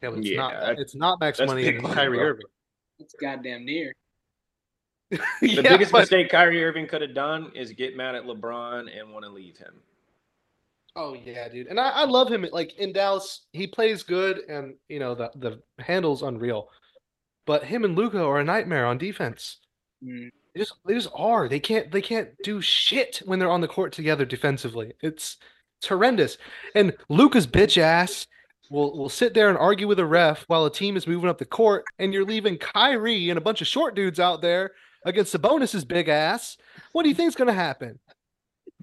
C: Yeah, but it's
B: Yeah,
C: not.
B: that's-
C: it's not max
B: that's
C: money.
B: big
C: in
B: money,
C: Kyrie
B: bro.
C: Irving.
A: That's goddamn near.
B: The
C: [LAUGHS] Yeah,
B: biggest
C: but-
B: mistake Kyrie Irving could have done is get mad at LeBron and want to leave him.
C: Oh yeah, dude, and I, I love him. Like in Dallas, he plays good, and you know the the handle's unreal. But him and Luca are a nightmare on defense.
A: Mm.
C: They just they just are. They can't they can't do shit when they're on the court together defensively. It's it's horrendous. And Luca's bitch ass will will sit there and argue with a ref while a team is moving up the court, and you're leaving Kyrie and a bunch of short dudes out there against Sabonis's big ass. What do you think's gonna happen?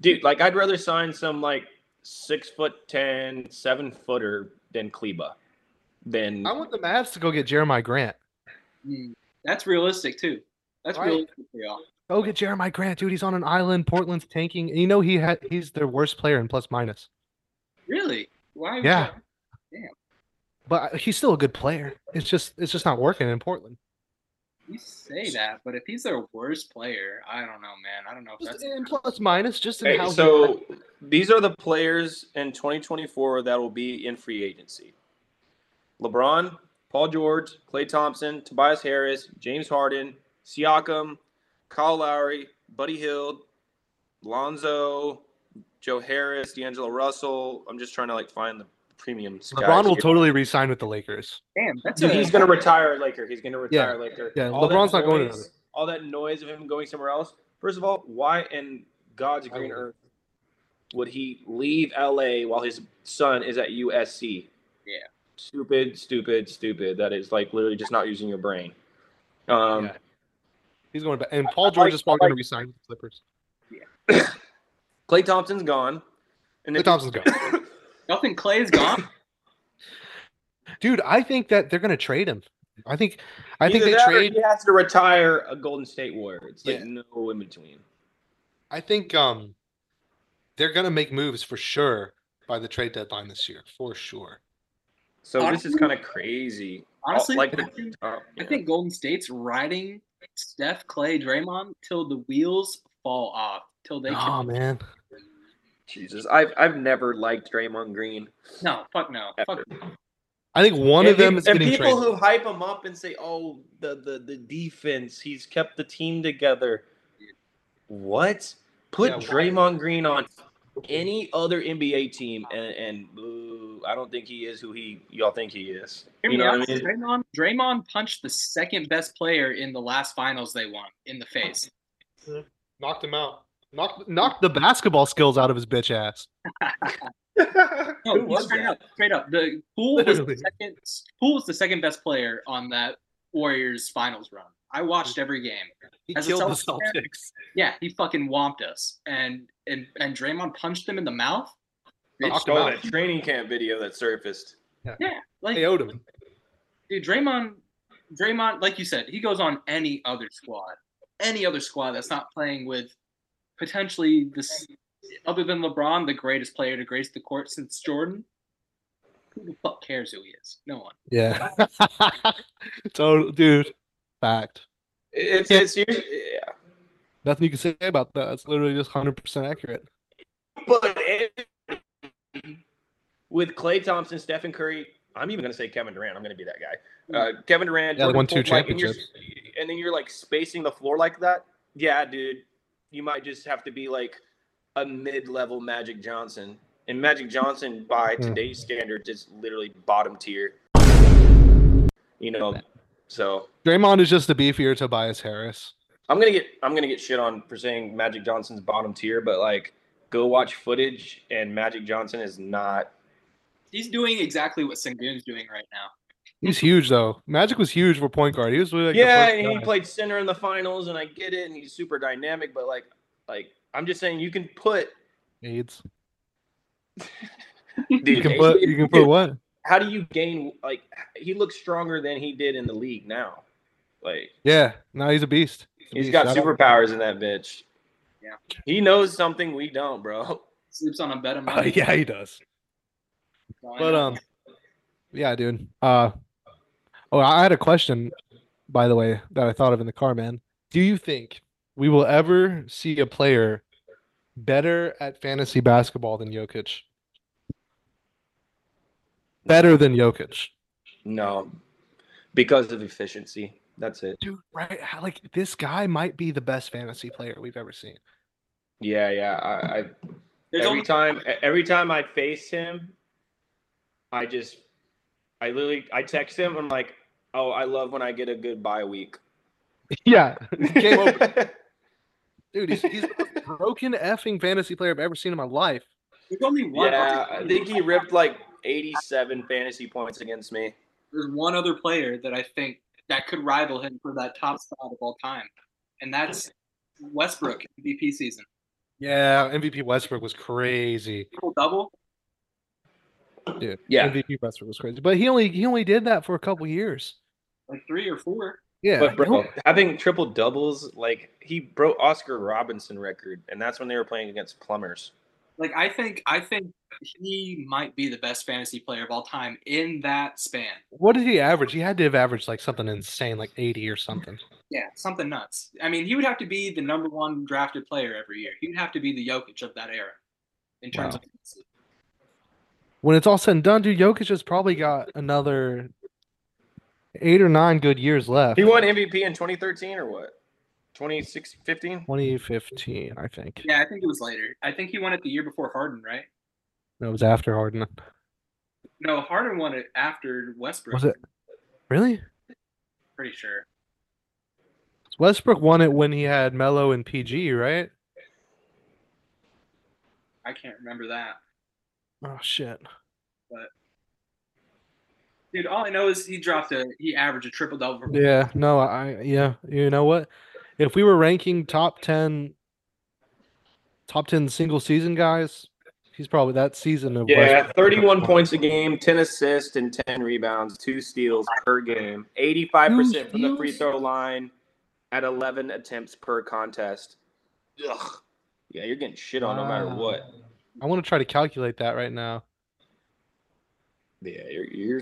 B: Dude, like I'd rather sign some like six foot ten, seven footer than Kleba. Than
C: I want the Mavs to go get Jeremiah Grant.
A: Mm. That's realistic too. That's
C: Right.
A: realistic for y'all.
C: Go get Jeremiah Grant, dude. He's on an island. Portland's tanking. You know he had he's their worst player in plus minus,
A: Really? Why? would
C: Yeah.
A: y'all-
C: but I- he's still a good player. It's just it's just not working in Portland.
A: You say that, but if he's their worst player, I don't know, man. I don't know if
C: Just
A: that's
C: in plus minus, just in
B: Hey,
C: how he-
B: so these are the players in 2024 that will be in free agency. LeBron, Paul George, Klay Thompson, Tobias Harris, James Harden, Siakam, Kyle Lowry, Buddy Hield, Lonzo, Joe Harris, D'Angelo Russell. I'm just trying to like find the premium.
C: LeBron
B: guys
C: will
B: here.
C: totally resign with the Lakers.
A: damn. That's
B: Dude,
A: a-
B: he's gonna retire Laker. He's gonna retire Laker.
C: Yeah,
B: All that
C: LeBron's not going
B: noise-
C: another.
B: All that noise of him going somewhere else. First of all, why in God's green
C: would.
B: earth would he leave LA while his son is at USC?
A: Yeah.
B: Stupid, stupid, stupid. That is like literally just not using your brain. Um,
C: Yeah. He's going back, and Paul George
B: like-
C: is probably
B: I
C: going to resign with the Clippers.
B: Clay Thompson's gone. And
C: The
B: then
C: Thompson's gone,
A: Nothing. Clay's
B: [LAUGHS]
A: gone.
C: dude. I think that they're going to trade him. I think, I think
B: either
C: they
B: that or
C: trade.
B: He has to retire a Golden State Warrior. It's like
C: Yeah.
B: no in between.
C: I think um, they're going to make moves for sure by the trade deadline this year, for sure.
B: So this is
A: Honestly-
B: kind of crazy.
A: Honestly,
B: like
A: I
B: the-
A: think-
B: Oh,
A: I
B: yeah.
A: think Golden State's riding Steph, Clay, Draymond till the wheels fall off, till they
C: Oh
A: can.
C: man,
B: Jesus, I've I've never liked Draymond Green.
A: No, fuck no, fuck.
C: I think one of
B: And
C: them
B: peop-
C: is getting
B: and people
C: traded.
B: who hype him up and say, "Oh, the the the defense, he's kept the team together." What? Put
C: Yeah, why?
B: Draymond Green on any other NBA team, and and ooh, I don't think he is who he y'all think he is.
A: Hear
B: You
A: me
B: know
A: out.
B: what I [LAUGHS] mean?
A: Draymond, Draymond punched the second best player in the last finals they won in the face.
C: knocked him out. Knocked knocked the basketball skills out of his bitch ass.
A: No, he
B: Who was
A: straight
B: that?
A: up, straight up. The pool was
C: Literally.
A: the second. Pool was the second best player on that Warriors finals run. I watched every game.
C: He
A: As a
C: killed the
A: Celtics fan-
C: Celtics.
A: Yeah, he fucking whomped us, and and and Draymond punched him in the mouth.
B: They
C: Knocked him
B: stole
C: out.
B: that training camp video that surfaced.
A: Like
C: They owed him.
A: dude, Draymond, Draymond, like you said, he goes on any other squad, any other squad that's not playing with potentially this, other than LeBron, the greatest player to grace the court since Jordan. Who the fuck cares who he is? No one.
C: Yeah. [LAUGHS] Total dude. Fact.
B: It's
C: Yeah.
B: it's yeah.
C: Nothing you can say about that. It's literally just hundred percent accurate.
B: But it- with Clay Thompson, Stephen Curry, I'm even going to say Kevin Durant. I'm going to be that guy. Uh, Kevin Durant.
C: Yeah, they
B: Jordan
C: won two
B: Poole, like, and you're- and then you're like spacing the floor like that. Yeah, dude. You might just have to be like a mid-level Magic Johnson. And Magic Johnson, by
C: Hmm.
B: today's standards, is literally bottom tier. You know, so
C: Draymond is just a beefier Tobias Harris.
B: I'm gonna get I'm gonna get shit on for saying Magic Johnson's bottom tier, but like go watch footage and Magic Johnson is not
A: He's doing exactly what Sengun's doing right now.
C: He's huge though. Magic was huge for point guard. He was really like, the
B: yeah,
C: first
B: and he
C: guy.
B: played center in the finals, and I get it, and he's super dynamic. But like, like I'm just saying, you can put
C: AIDS. You
B: dude,
C: can put [LAUGHS] you can put what?
B: How do you gain? Like, he looks stronger than he did in the league now. Like,
C: Yeah, now he's a beast. a
B: he's
C: beast.
B: got
C: Shout out.
B: superpowers in that bitch.
A: Yeah.
B: he knows something we don't, bro. [LAUGHS]
A: Sleeps on a bed of
C: Oh,
A: money.
C: [LAUGHS] yeah, he does. But um, yeah, dude. Uh, oh, I had a question, by the way, that I thought of in the car, man. Do you think we will ever see a player better at fantasy basketball than Jokic? Better than Jokic,
B: No, because of efficiency. That's it.
C: dude. Right? How- Like this guy might be the best fantasy player we've ever seen.
B: Yeah, yeah. I, I
A: There's
B: every
A: only
B: time e, every time I face him, I just I literally I text him. I'm like, oh, I love when I get a good bye week.
C: [LAUGHS]
B: [LAUGHS]
C: Yeah, game [LAUGHS] over.
B: That's
C: Dude, he's, he's the most broken effing fantasy player I've ever seen in my life.
A: there's only one.
B: yeah, I think he ripped like 87 fantasy points against me.
A: there's one other player that I think that could rival him for that top spot of all time, and that's Westbrook MVP season.
C: Yeah, MVP Westbrook was crazy.
A: Triple double.
C: dude.
B: Yeah.
C: MVP Westbrook was crazy, but he only he only did that for a couple years.
A: like three or four.
C: Yeah,
B: But bro,
C: no-
B: having triple doubles, like he broke Oscar Robinson record, and that's when they were playing against plumbers.
A: Like I think I think he might be the best fantasy player of all time in that span.
C: what did he average? He had to have averaged like something insane, like eighty or something.
A: Yeah, something nuts. I mean, he would have to be the number one drafted player every year. He would have to be the Jokic of that era in terms
C: Wow.
A: of
C: When it's all said and done, dude, Jokic has probably got another eight or nine good years left.
B: He won MVP in 2013 or what? 2016, 15?
C: 2015, I think.
A: Yeah, I think it was later. I think he won it the year before Harden, right?
C: That was after Harden.
A: No, Harden won it after Westbrook.
C: Was it really?
A: Pretty sure.
C: Westbrook won it when he had Melo and PG, right?
A: I can't remember that.
C: Oh shit.
A: Dude, all I know is he dropped a he averaged a triple double.
C: Yeah, no, I yeah, you know what? If we were ranking top ten, top ten single season guys, he's probably that season of
B: Yeah,
C: Westbrook-
B: 31 points a game, 10 assists, and 10 rebounds, two steals per game, 85% from the free throw line at 11 attempts per contest. Ugh. Yeah, you're getting shit on no matter
C: Wow.
B: what.
C: I want to try to calculate that right now.
B: Yeah, you're. you're...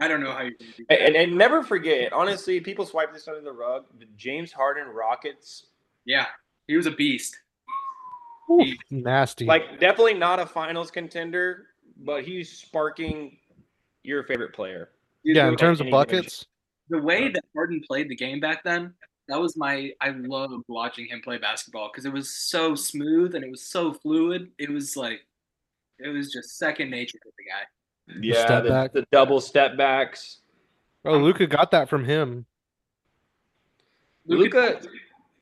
A: I don't know how you can do
B: And,
A: that.
B: and, and never forget, honestly, people swipe this under the rug. The James Harden Rockets,
A: Yeah, he was a beast.
C: Oof, nasty.
B: like, definitely not a finals contender, but he's sparking your favorite player.
A: Dude,
C: yeah,
A: the-
C: in terms of
B: any given
C: buckets,
A: the way that Harden played the game back then, that was my I loved watching him play basketball because it was so smooth and it was so fluid. It was like it was just second nature to the guy.
B: Yeah,
C: step
B: the,
C: back.
B: the double step backs.
C: oh, Luca got that from him.
B: Luca,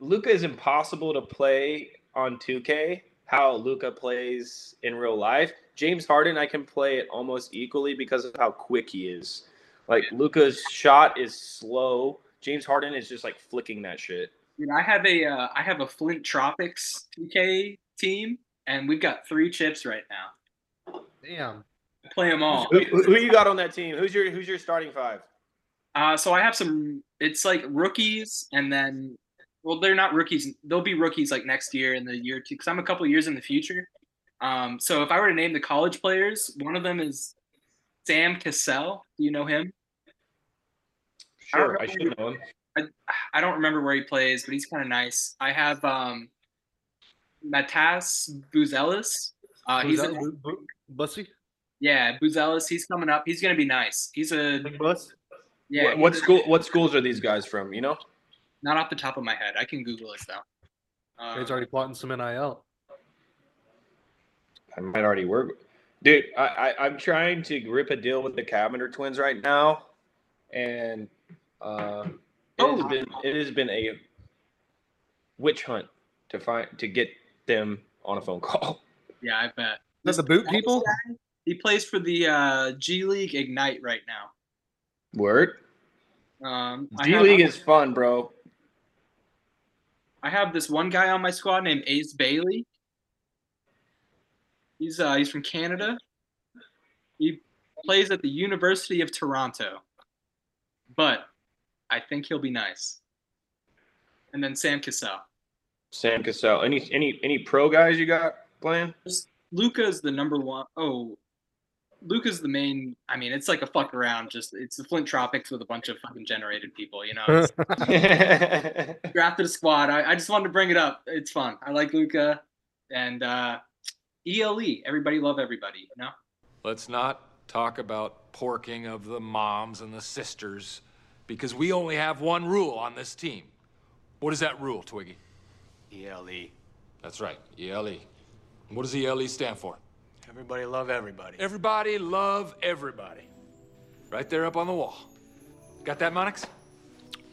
B: Luca is impossible to play on 2K. How Luca plays in real life, James Harden, I can play it almost equally because of how quick he is. Like Luca's shot is slow. James Harden is just like flicking that shit.
A: Dude, I have a uh, I have a Flint Tropics 2K team and we've got three chips right now.
C: Damn.
A: Play them all.
B: Who, who you got on that team? Who's your Who's your starting five?
A: Uh, so I have some. It's like rookies, and then well, they're not rookies. They'll be rookies like next year and the year two, because I'm a couple years in the future. Um, so if I were to name the college players, one of them is Sam Cassell. Do you know him?
B: Sure, I should know him.
A: I don't remember where he plays, but he's kind of nice. I have um, Matas Buzelis. Uh, he's a,
C: Bussy.
A: yeah, Buzelis. He's coming up. He's gonna be nice. He's a
C: Bus.
A: yeah.
B: What, what school? What schools are these guys from? You know?
A: Not off the top of my head. I can Google it though. Uh,
C: He's already plotting some nil.
B: I might already work. Dude, I, I, I'm trying to grip a deal with the Cavender twins right now. And uh, it, has
A: Oh.
B: been, it has been a witch hunt to find to get them on a phone call. [LAUGHS]
A: yeah, I bet.
C: That's the boot people.
A: He plays for the uh, G League Ignite right now.
B: Word.
A: Um, I
B: D
A: have-
B: League is fun, bro.
A: I have this one guy on my squad named Ace Bailey. He's uh, he's from Canada. He plays at the University of Toronto, but I think he'll be nice. And then Sam Cassell.
B: Sam Cassell. Any any any pro guys you got playing? [LAUGHS]
A: Luca's the number one oh Luca's the main. I mean, it's like a fuck around. Just it's the Flint Tropics with a bunch of fucking generated people.
C: [LAUGHS]
A: You know, It's-
B: That's
A: drafted a squad. I, I just wanted to bring it up. It's fun. I like Luca and uh, ELE. Everybody love everybody. You know.
H: Let's not talk about porking of the moms and the sisters because we only have one rule on this team. What is that rule, Twiggy?
G: ELE.
H: That's right, ELE. What does ELE stand for?
G: Everybody love everybody.
H: Everybody love everybody. Right there up on the wall. Got that, Monix?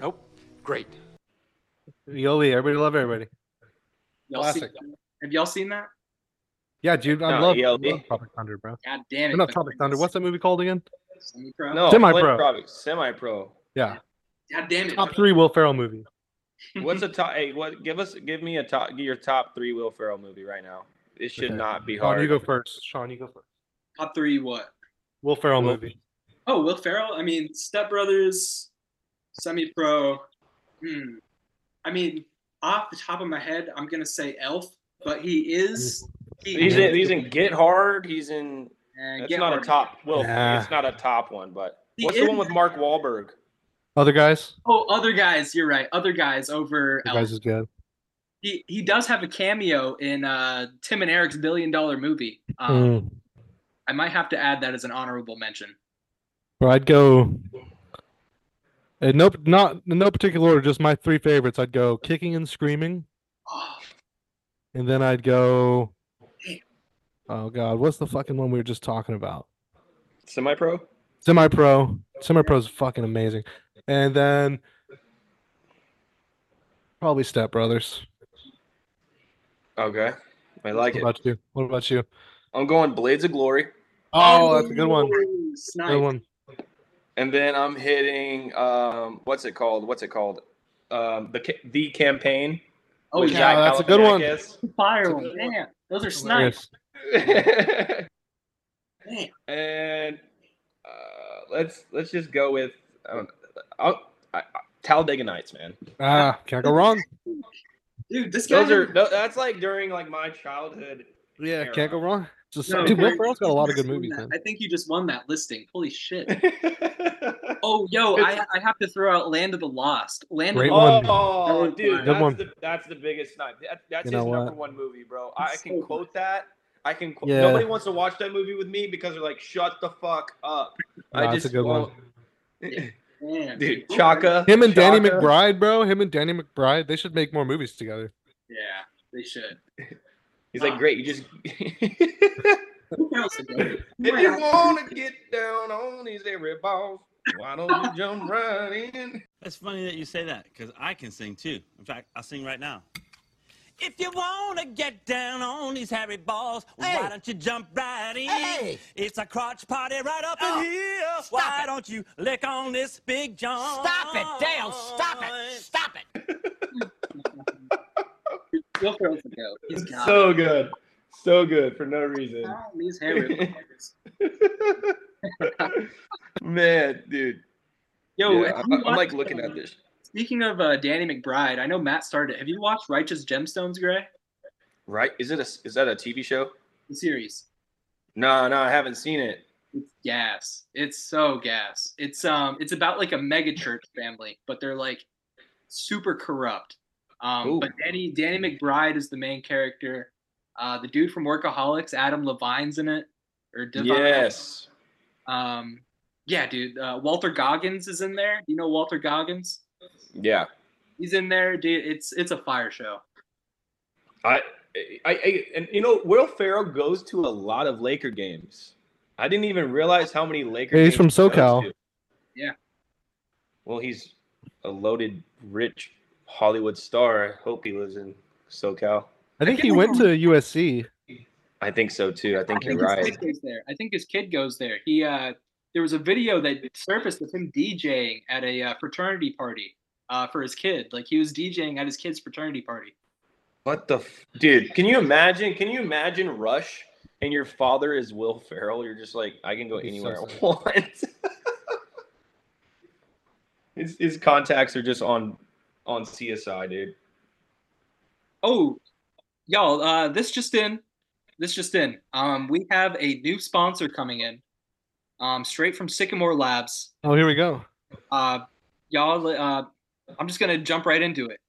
H: Nope. Great.
C: Yoli, everybody love everybody.
A: Y'all seen
C: Classic.
A: that? Have y'all seen that?
C: Yeah, dude, I
B: No,
C: love, I
B: ELD.
C: love Tropic Thunder, bro.
A: God damn it!
C: I'm not Tropic Thunder. What's that movie called again?
A: Semi-pro?
B: no
C: Semi-pro.
B: Semi pro.
C: Yeah,
A: God damn it!
C: top three Will Ferrell movie.
B: What's a top? Hey, what? Give us, give me a top. Your top three Will Ferrell movie right now. It should
C: Okay.
B: not be
C: Sean,
B: hard.
C: you go first. Sean, you go first.
A: Top three. What?
C: Will Ferrell
B: Will-
C: movie.
A: Oh, Will Ferrell. I mean, Step Brothers, Semi Pro. Hmm. I mean, off the top of my head, I'm gonna say Elf, but he is. He
B: He's
A: is-
B: in, he's in Get Hard. He's in.
A: and
B: That's
A: Get
B: not
A: Hard.
B: a top. Well,
C: Nah.
B: it's not a top one. But
A: He
B: what's the
A: is-
B: one with Mark Wahlberg?
C: Other guys.
A: Oh, other guys. You're right. Other guys over
C: Other
A: Elf.
C: guys is good.
A: he he does have a cameo in uh, Tim and Eric's billion dollar movie. Um,
C: Mm.
A: I might have to add that as an honorable mention.
C: Bro, I'd go. In no, not in no particular order. Just my three favorites. I'd go kicking and screaming,
A: Oh,
C: and then I'd go.
A: Damn.
C: Oh God, what's the fucking one we were just talking about?
B: Semi pro.
C: Semi pro. Semi pro is fucking amazing, and then probably Step Brothers.
B: Okay, I like
C: What
B: it.
C: about you? What about you?
B: I'm going Blades of Glory,
C: Oh, that's a good one.
A: Snipe.
C: Good one.
B: and then I'm hitting. Um, what's it called? What's it called? Um, the ca- the campaign.
A: Oh,
B: with
A: yeah.
B: Zach
C: that's a good one.
B: Galifianakis.
A: Fire
C: That's a
A: one.
C: good one.
A: Damn. Those are snipes.
C: Yes.
B: [LAUGHS]
A: Damn.
B: and uh, let's let's just go with um, I'll, I, I- Talladega Nights, man.
C: Ah, can't go wrong.
A: Dude, this guy.
B: Those are tho- that's like during like my childhood. [LAUGHS]
C: Yeah,
B: Fair
C: can't go
B: enough.
C: wrong. Just,
A: No,
C: dude, Will
A: Greg,
C: Ferrell's got
A: you
C: a lot of
A: just
C: good
A: won
C: movies.
A: that.
C: Man.
A: I think you just won that listing. Holy shit.
B: [LAUGHS] oh,
A: Oh, yo, I, I have to throw out Land of the Lost. Land
C: Great
A: of the
C: one.
A: Good
B: Oh, dude, that's
C: one.
B: the that's the biggest snipe. That, that's
C: You
B: his
C: know
B: number
C: what?
B: one movie, bro. I, I
A: It's
B: can
A: so
B: quote that. I can. Qu-
C: Yeah.
B: Nobody wants to watch that movie with me because they're like, "Shut the fuck up." I
C: Nah, that's
B: just
C: a good one.
B: won't-
A: Damn.
B: dude. Chaka.
C: Him and Danny
B: Chaka.
C: McBride, bro. Him and Danny McBride. They should make more movies together.
A: Yeah, they should.
B: He's like, "Great, you just." [LAUGHS]
A: Who else is there?
B: If you want to get down on these every balls, why don't you jump right in?
I: That's funny that you say that because I can sing too. In fact, I'll sing right now. If you want to get down on these hairy balls, why don't you jump right in? It's a crotch party right up in here. why don't you lick on this big john? Stop it, Dale. Stop it. Stop it.
A: Will Ferrell's the goat. He's got it.
B: So good. So good for no reason.
A: Oh, These
B: [LAUGHS]
A: hair ripples.
B: Man, dude.
A: Yo,
B: Yeah,
A: have
B: I,
A: you
B: am like
A: watched,
B: looking
A: uh,
B: at this.
A: Speaking of uh, Danny McBride, I know Matt started. it. Have you watched Righteous Gemstones, Gray?
B: Right? Is it a is that a TV show?
A: The series.
B: No, no, I haven't seen it.
A: It's gas. It's so gas. It's um. It's about like a mega church family, but they're like super corrupt. Um,
B: Ooh.
A: but Danny Danny McBride is the main character. Uh, the dude from Workaholics, Adam Levine's in it, or Devine.
B: Yes.
A: Um, yeah, dude. Uh, Walter Goggins is in there. You know Walter Goggins?
B: Yeah.
A: He's in there, dude. It's it's a fire show.
B: I, I I and you know Will Ferrell goes to a lot of Laker games. I didn't even realize how many Laker games
C: He's from
B: he goes
C: SoCal.
B: to.
A: Yeah.
B: Well, he's a loaded rich Hollywood star. I hope he lives in SoCal.
C: I think he went to USC.
B: I think so too. I think
A: I
B: you're
A: think his
B: right.
A: kid goes there. I think his kid goes there. He uh there was a video that surfaced of him DJing at a uh, fraternity party uh, for his kid. Like he was DJing at his kid's fraternity party.
B: What the f- dude? Can you imagine? Can you imagine Rush and your father is Will Ferrell? You're just like, I can go
F: That'd be so
B: anywhere I
F: sad.
B: want. [LAUGHS] his his contacts are just on on CSI, dude.
A: Oh, y'all, uh, this just in. This just in. Um, we have a new sponsor coming in, um, straight from Sycamore Labs.
C: Oh, here we go.
A: Uh, y'all, uh, I'm just gonna jump right into it.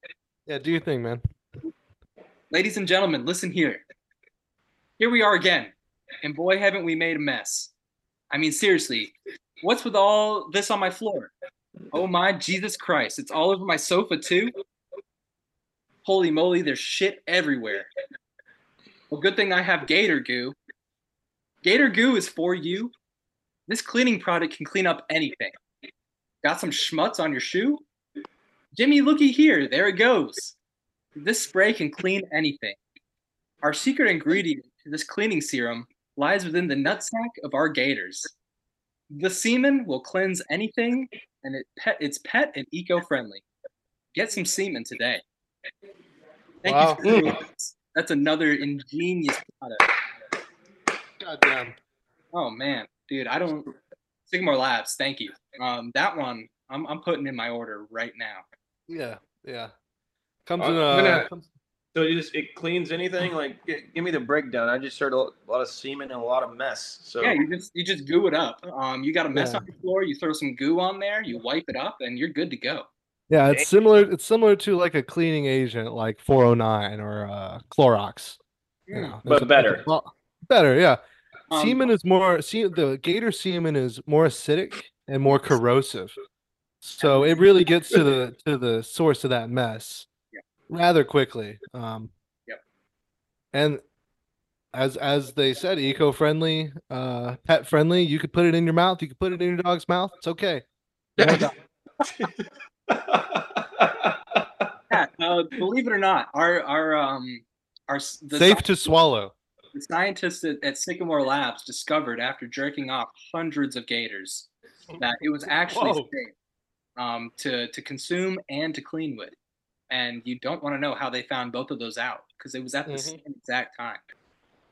C: Yeah, do your thing, man.
A: Ladies and gentlemen, listen here. Here we are again. And boy, haven't we made a mess. I mean, seriously, what's with all this on my floor? Oh my Jesus Christ, it's all over my sofa too. Holy moly, there's shit everywhere. Well, good thing I have Gator Goo. Gator Goo is for you. This cleaning product can clean up anything. Got some schmutz on your shoe? Jimmy, looky here, there it goes. This spray can clean anything. Our secret ingredient to this cleaning serum lies within the nutsack of our gators. The semen will cleanse anything, and it pet, it's pet and eco-friendly. Get some semen today. Thank
C: Wow.
A: you. so much. That's another ingenious product.
C: Goddamn.
A: Oh man, dude, I don't. Sigmar Labs, thank you. Um, that one, I'm, I'm putting in my order right now.
C: Yeah, yeah. Comes
B: Uh, I'm
C: in uh, a.
B: gonna-
C: comes-
B: So you just it cleans anything? Like, gi- give me the breakdown. I just heard a lo- lot of semen and a lot of mess. So
A: Yeah, you just you just goo it up. Um, you got a mess
C: Yeah.
A: on the floor. You throw some goo on there. You wipe it up, and you're good to go.
C: Yeah, it's similar. It's similar to like a cleaning agent, like 409 or uh, Clorox. You
A: Mm.
C: know, there's
B: But
C: a-
B: better.
C: there's a lot- better, yeah.
A: Um,
C: semen is more. See, the gator semen is more acidic and more corrosive, so it really gets to the to the source of that mess
A: Yep.
C: rather quickly. Um,
A: Yep.
C: And as as they said, eco friendly, uh, pet friendly. You could put it in your mouth. You could put it in your dog's mouth.
A: [LAUGHS]
C: It's okay.
A: Yeah, uh, believe it or not, our our um our s- the,
C: Safe
A: sci-
C: to swallow.
A: the scientists at, at Sycamore Labs discovered after jerking off hundreds of gators that it was actually
C: Whoa.
A: safe um, to to consume and to clean with. And you don't want to know how they found both of those out because it was at the
C: Mhm.
A: same exact time.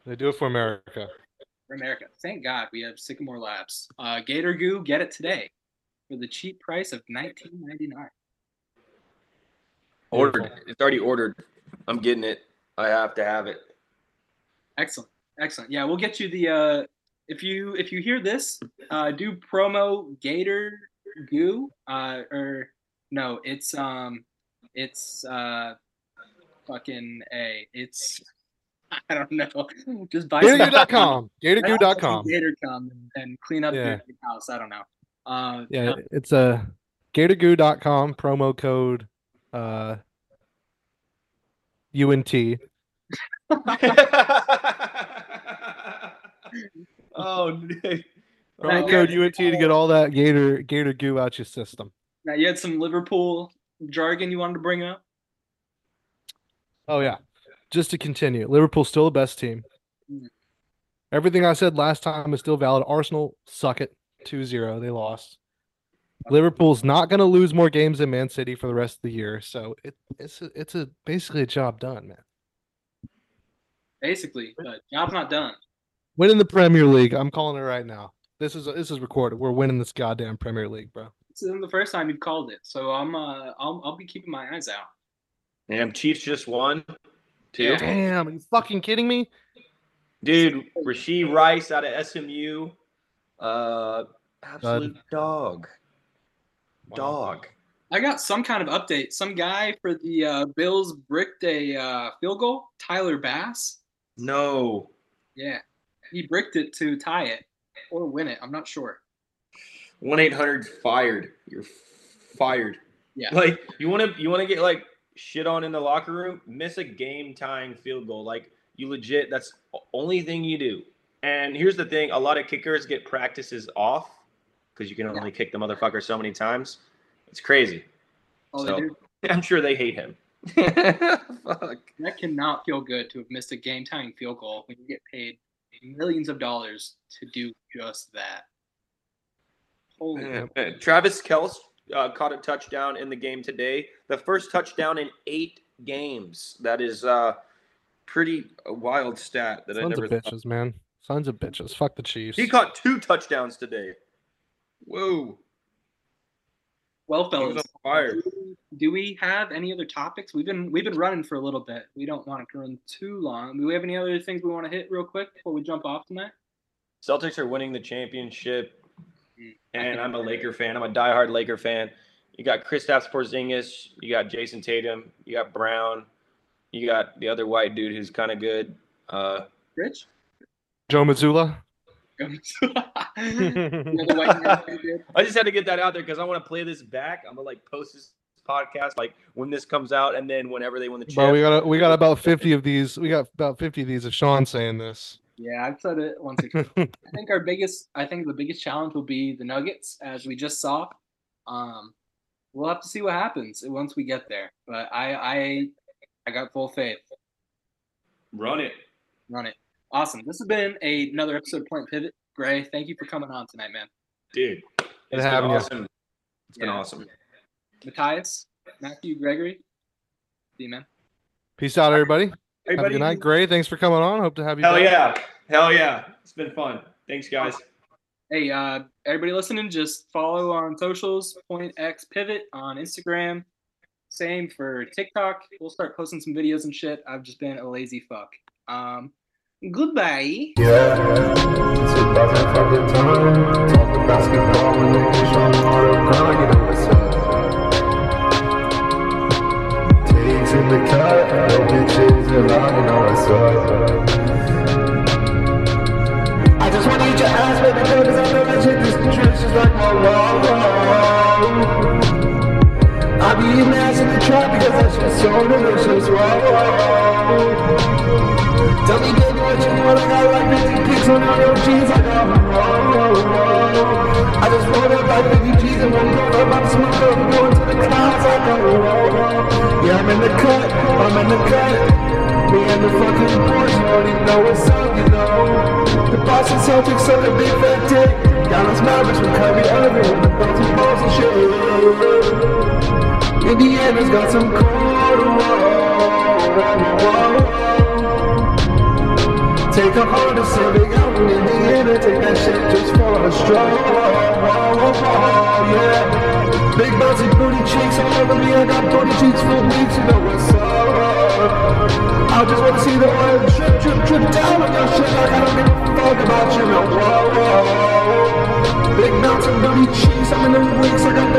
C: They do it for America.
A: for America. Thank God we have Sycamore Labs. Uh, Gator Goo, get it today for the cheap price of nineteen ninety nine.
B: [LAUGHS] ordered. It's already ordered. I'm getting it. I have to have it.
A: Excellent, excellent. Yeah, we'll get you the. Uh, if you if you hear this, uh, do promo Gator Goo uh, or no, it's um, it's uh, fucking a. It's [LAUGHS] I don't know. Just buy some- [LAUGHS]
C: GatorGoo.com.
A: Gator.com
C: GatorGoo.com.
A: and, and clean up
C: Yeah.
A: your house. I don't know. Uh,
C: Yeah, it's a gatorgoo.com promo code uh UNT.
B: [LAUGHS] oh, dude.
A: Right,
B: Oh,
C: Promo
A: yeah,
C: code
A: it's
C: UNT to get all that gator gator goo out your system.
A: Now you had some Liverpool jargon you wanted to bring up.
C: Oh yeah. Just to continue, Liverpool's still the best team.
A: Mm.
C: Everything I said last time is still valid. Arsenal suck it 2-0. They lost. Liverpool's not going to lose more games than Man City for the rest of the year, so it, it's a, it's a basically a job done, man.
A: Basically, but job's not done.
C: Winning the Premier League. I'm calling it right now. This is this is recorded. We're winning this goddamn Premier League, bro.
A: This isn't the first time you've called it, so I'm uh, I'll, I'll be keeping my eyes out.
B: Damn, Chiefs just won. Two.
A: Yeah.
C: Damn, are you fucking kidding me?
B: Dude, Rasheed Rice out of SMU. Uh, absolute dog. Dog.
A: I got some kind of update. Some guy for the uh, Bills bricked a uh, field goal. Tyler Bass.
B: No.
A: Yeah, he bricked it to tie it or win it. I'm not sure.
B: 1 800 fired. You're fired.
A: Yeah.
B: Like, you want to you wanna get like shit on in the locker room? Miss a game tying field goal. Like, you legit, that's the only thing you do. And here's the thing a lot of kickers get practices off because you can only kick the motherfucker so many times. It's crazy. [LAUGHS]
A: Oh,
B: So-
A: dude,
B: I'm sure they hate him. Fuck.
A: that cannot feel good to have missed a game tying field goal when you get paid millions of dollars to do just that. Holy
B: Yeah, man. Travis Kelce uh, caught a touchdown in the game today. The first touchdown in eight games. That is uh, pretty wild stat that I
C: Sons
B: never.
C: of
B: thought.
C: bitches, man. Sons of bitches. Fuck the Chiefs.
B: He caught two touchdowns today. Whoa!
A: Well,
B: He was
A: fellas,
B: on fire.
A: do- do we have any other topics? We've been we've been running for a little bit. We don't want to run too long. Do we have any other things we want to hit real quick before we jump off tonight?
B: Celtics are winning the championship, and
A: think-
B: I'm a Laker fan. I'm a diehard Laker fan. You got Kristaps Porzingis. You got Jason Tatum. You got Brown. You got the other white dude who's kind of good. Uh,
A: Rich? [LAUGHS]
C: Joe Mazzulla.
A: The other white man right there.
B: I just had to get that out there because I want to play this back. I'm gonna like post this podcast like when this comes out, and then whenever they win the
C: Bro, we
B: championship.
C: got a- we got about fifty of these. We got about fifty of these of Sean saying this.
A: yeah, I've said it once again. I think our biggest, I think the biggest challenge will be the Nuggets, as we just saw. Um, we'll have to see what happens once we get there. But I, I, I got full faith.
B: Run it.
A: Run it. Awesome. This has been a, another episode of Point Pivot. Gray, thank you for coming on tonight, man.
B: dude. It's been
C: having you.
B: awesome. It's been
A: Yeah.
B: awesome.
A: Matthias, Matthew, Gregory. See you, man.
C: Peace out, everybody. Have a
B: Everybody,
C: good night, Gray. Thanks for coming on. Hope to have you.
B: hell
C: back.
B: yeah, hell yeah. It's been fun. Thanks, guys.
A: Hey, uh, everybody listening, just follow on socials, Point X Pivot on Instagram. Same for TikTok. We'll start posting some videos and shit. I've just been a lazy fuck. Um, goodbye.
E: I just wanna eat your ass, baby, girl, cause I'm gonna shit this trip, she's like my wow, wow. I be eating ass in the trap because that shit's so delicious, wow, wow. Tell me, baby, what you want, I got like 50 pics on all your jeans, I got wow, wow, wow. I just rolled up like 50 G's and one rolled up, I'm smoked up, I'm going to the clouds, I got wow, wow. Yeah, I'm in the cut, I'm in the cut. Me and the fucking boys, you already know what's up, you know. The Boston Celtics suck a big fat dick. Dallas Mavericks with Kyrie Irving and the Boston Bulls and shit. Indiana's got some cold. Take a Honda Civic out in Indiana, take that shit just for a stroll. Yeah, big bouncy booty cheeks all over me. I got booty cheeks for weeks, you know what's up. I just wanna see the oil drip, drip, drip down on your shit like I don't give a fuck about you. No, whoa, whoa. Big mountain booty cheeks, I'm in the weeks, I got the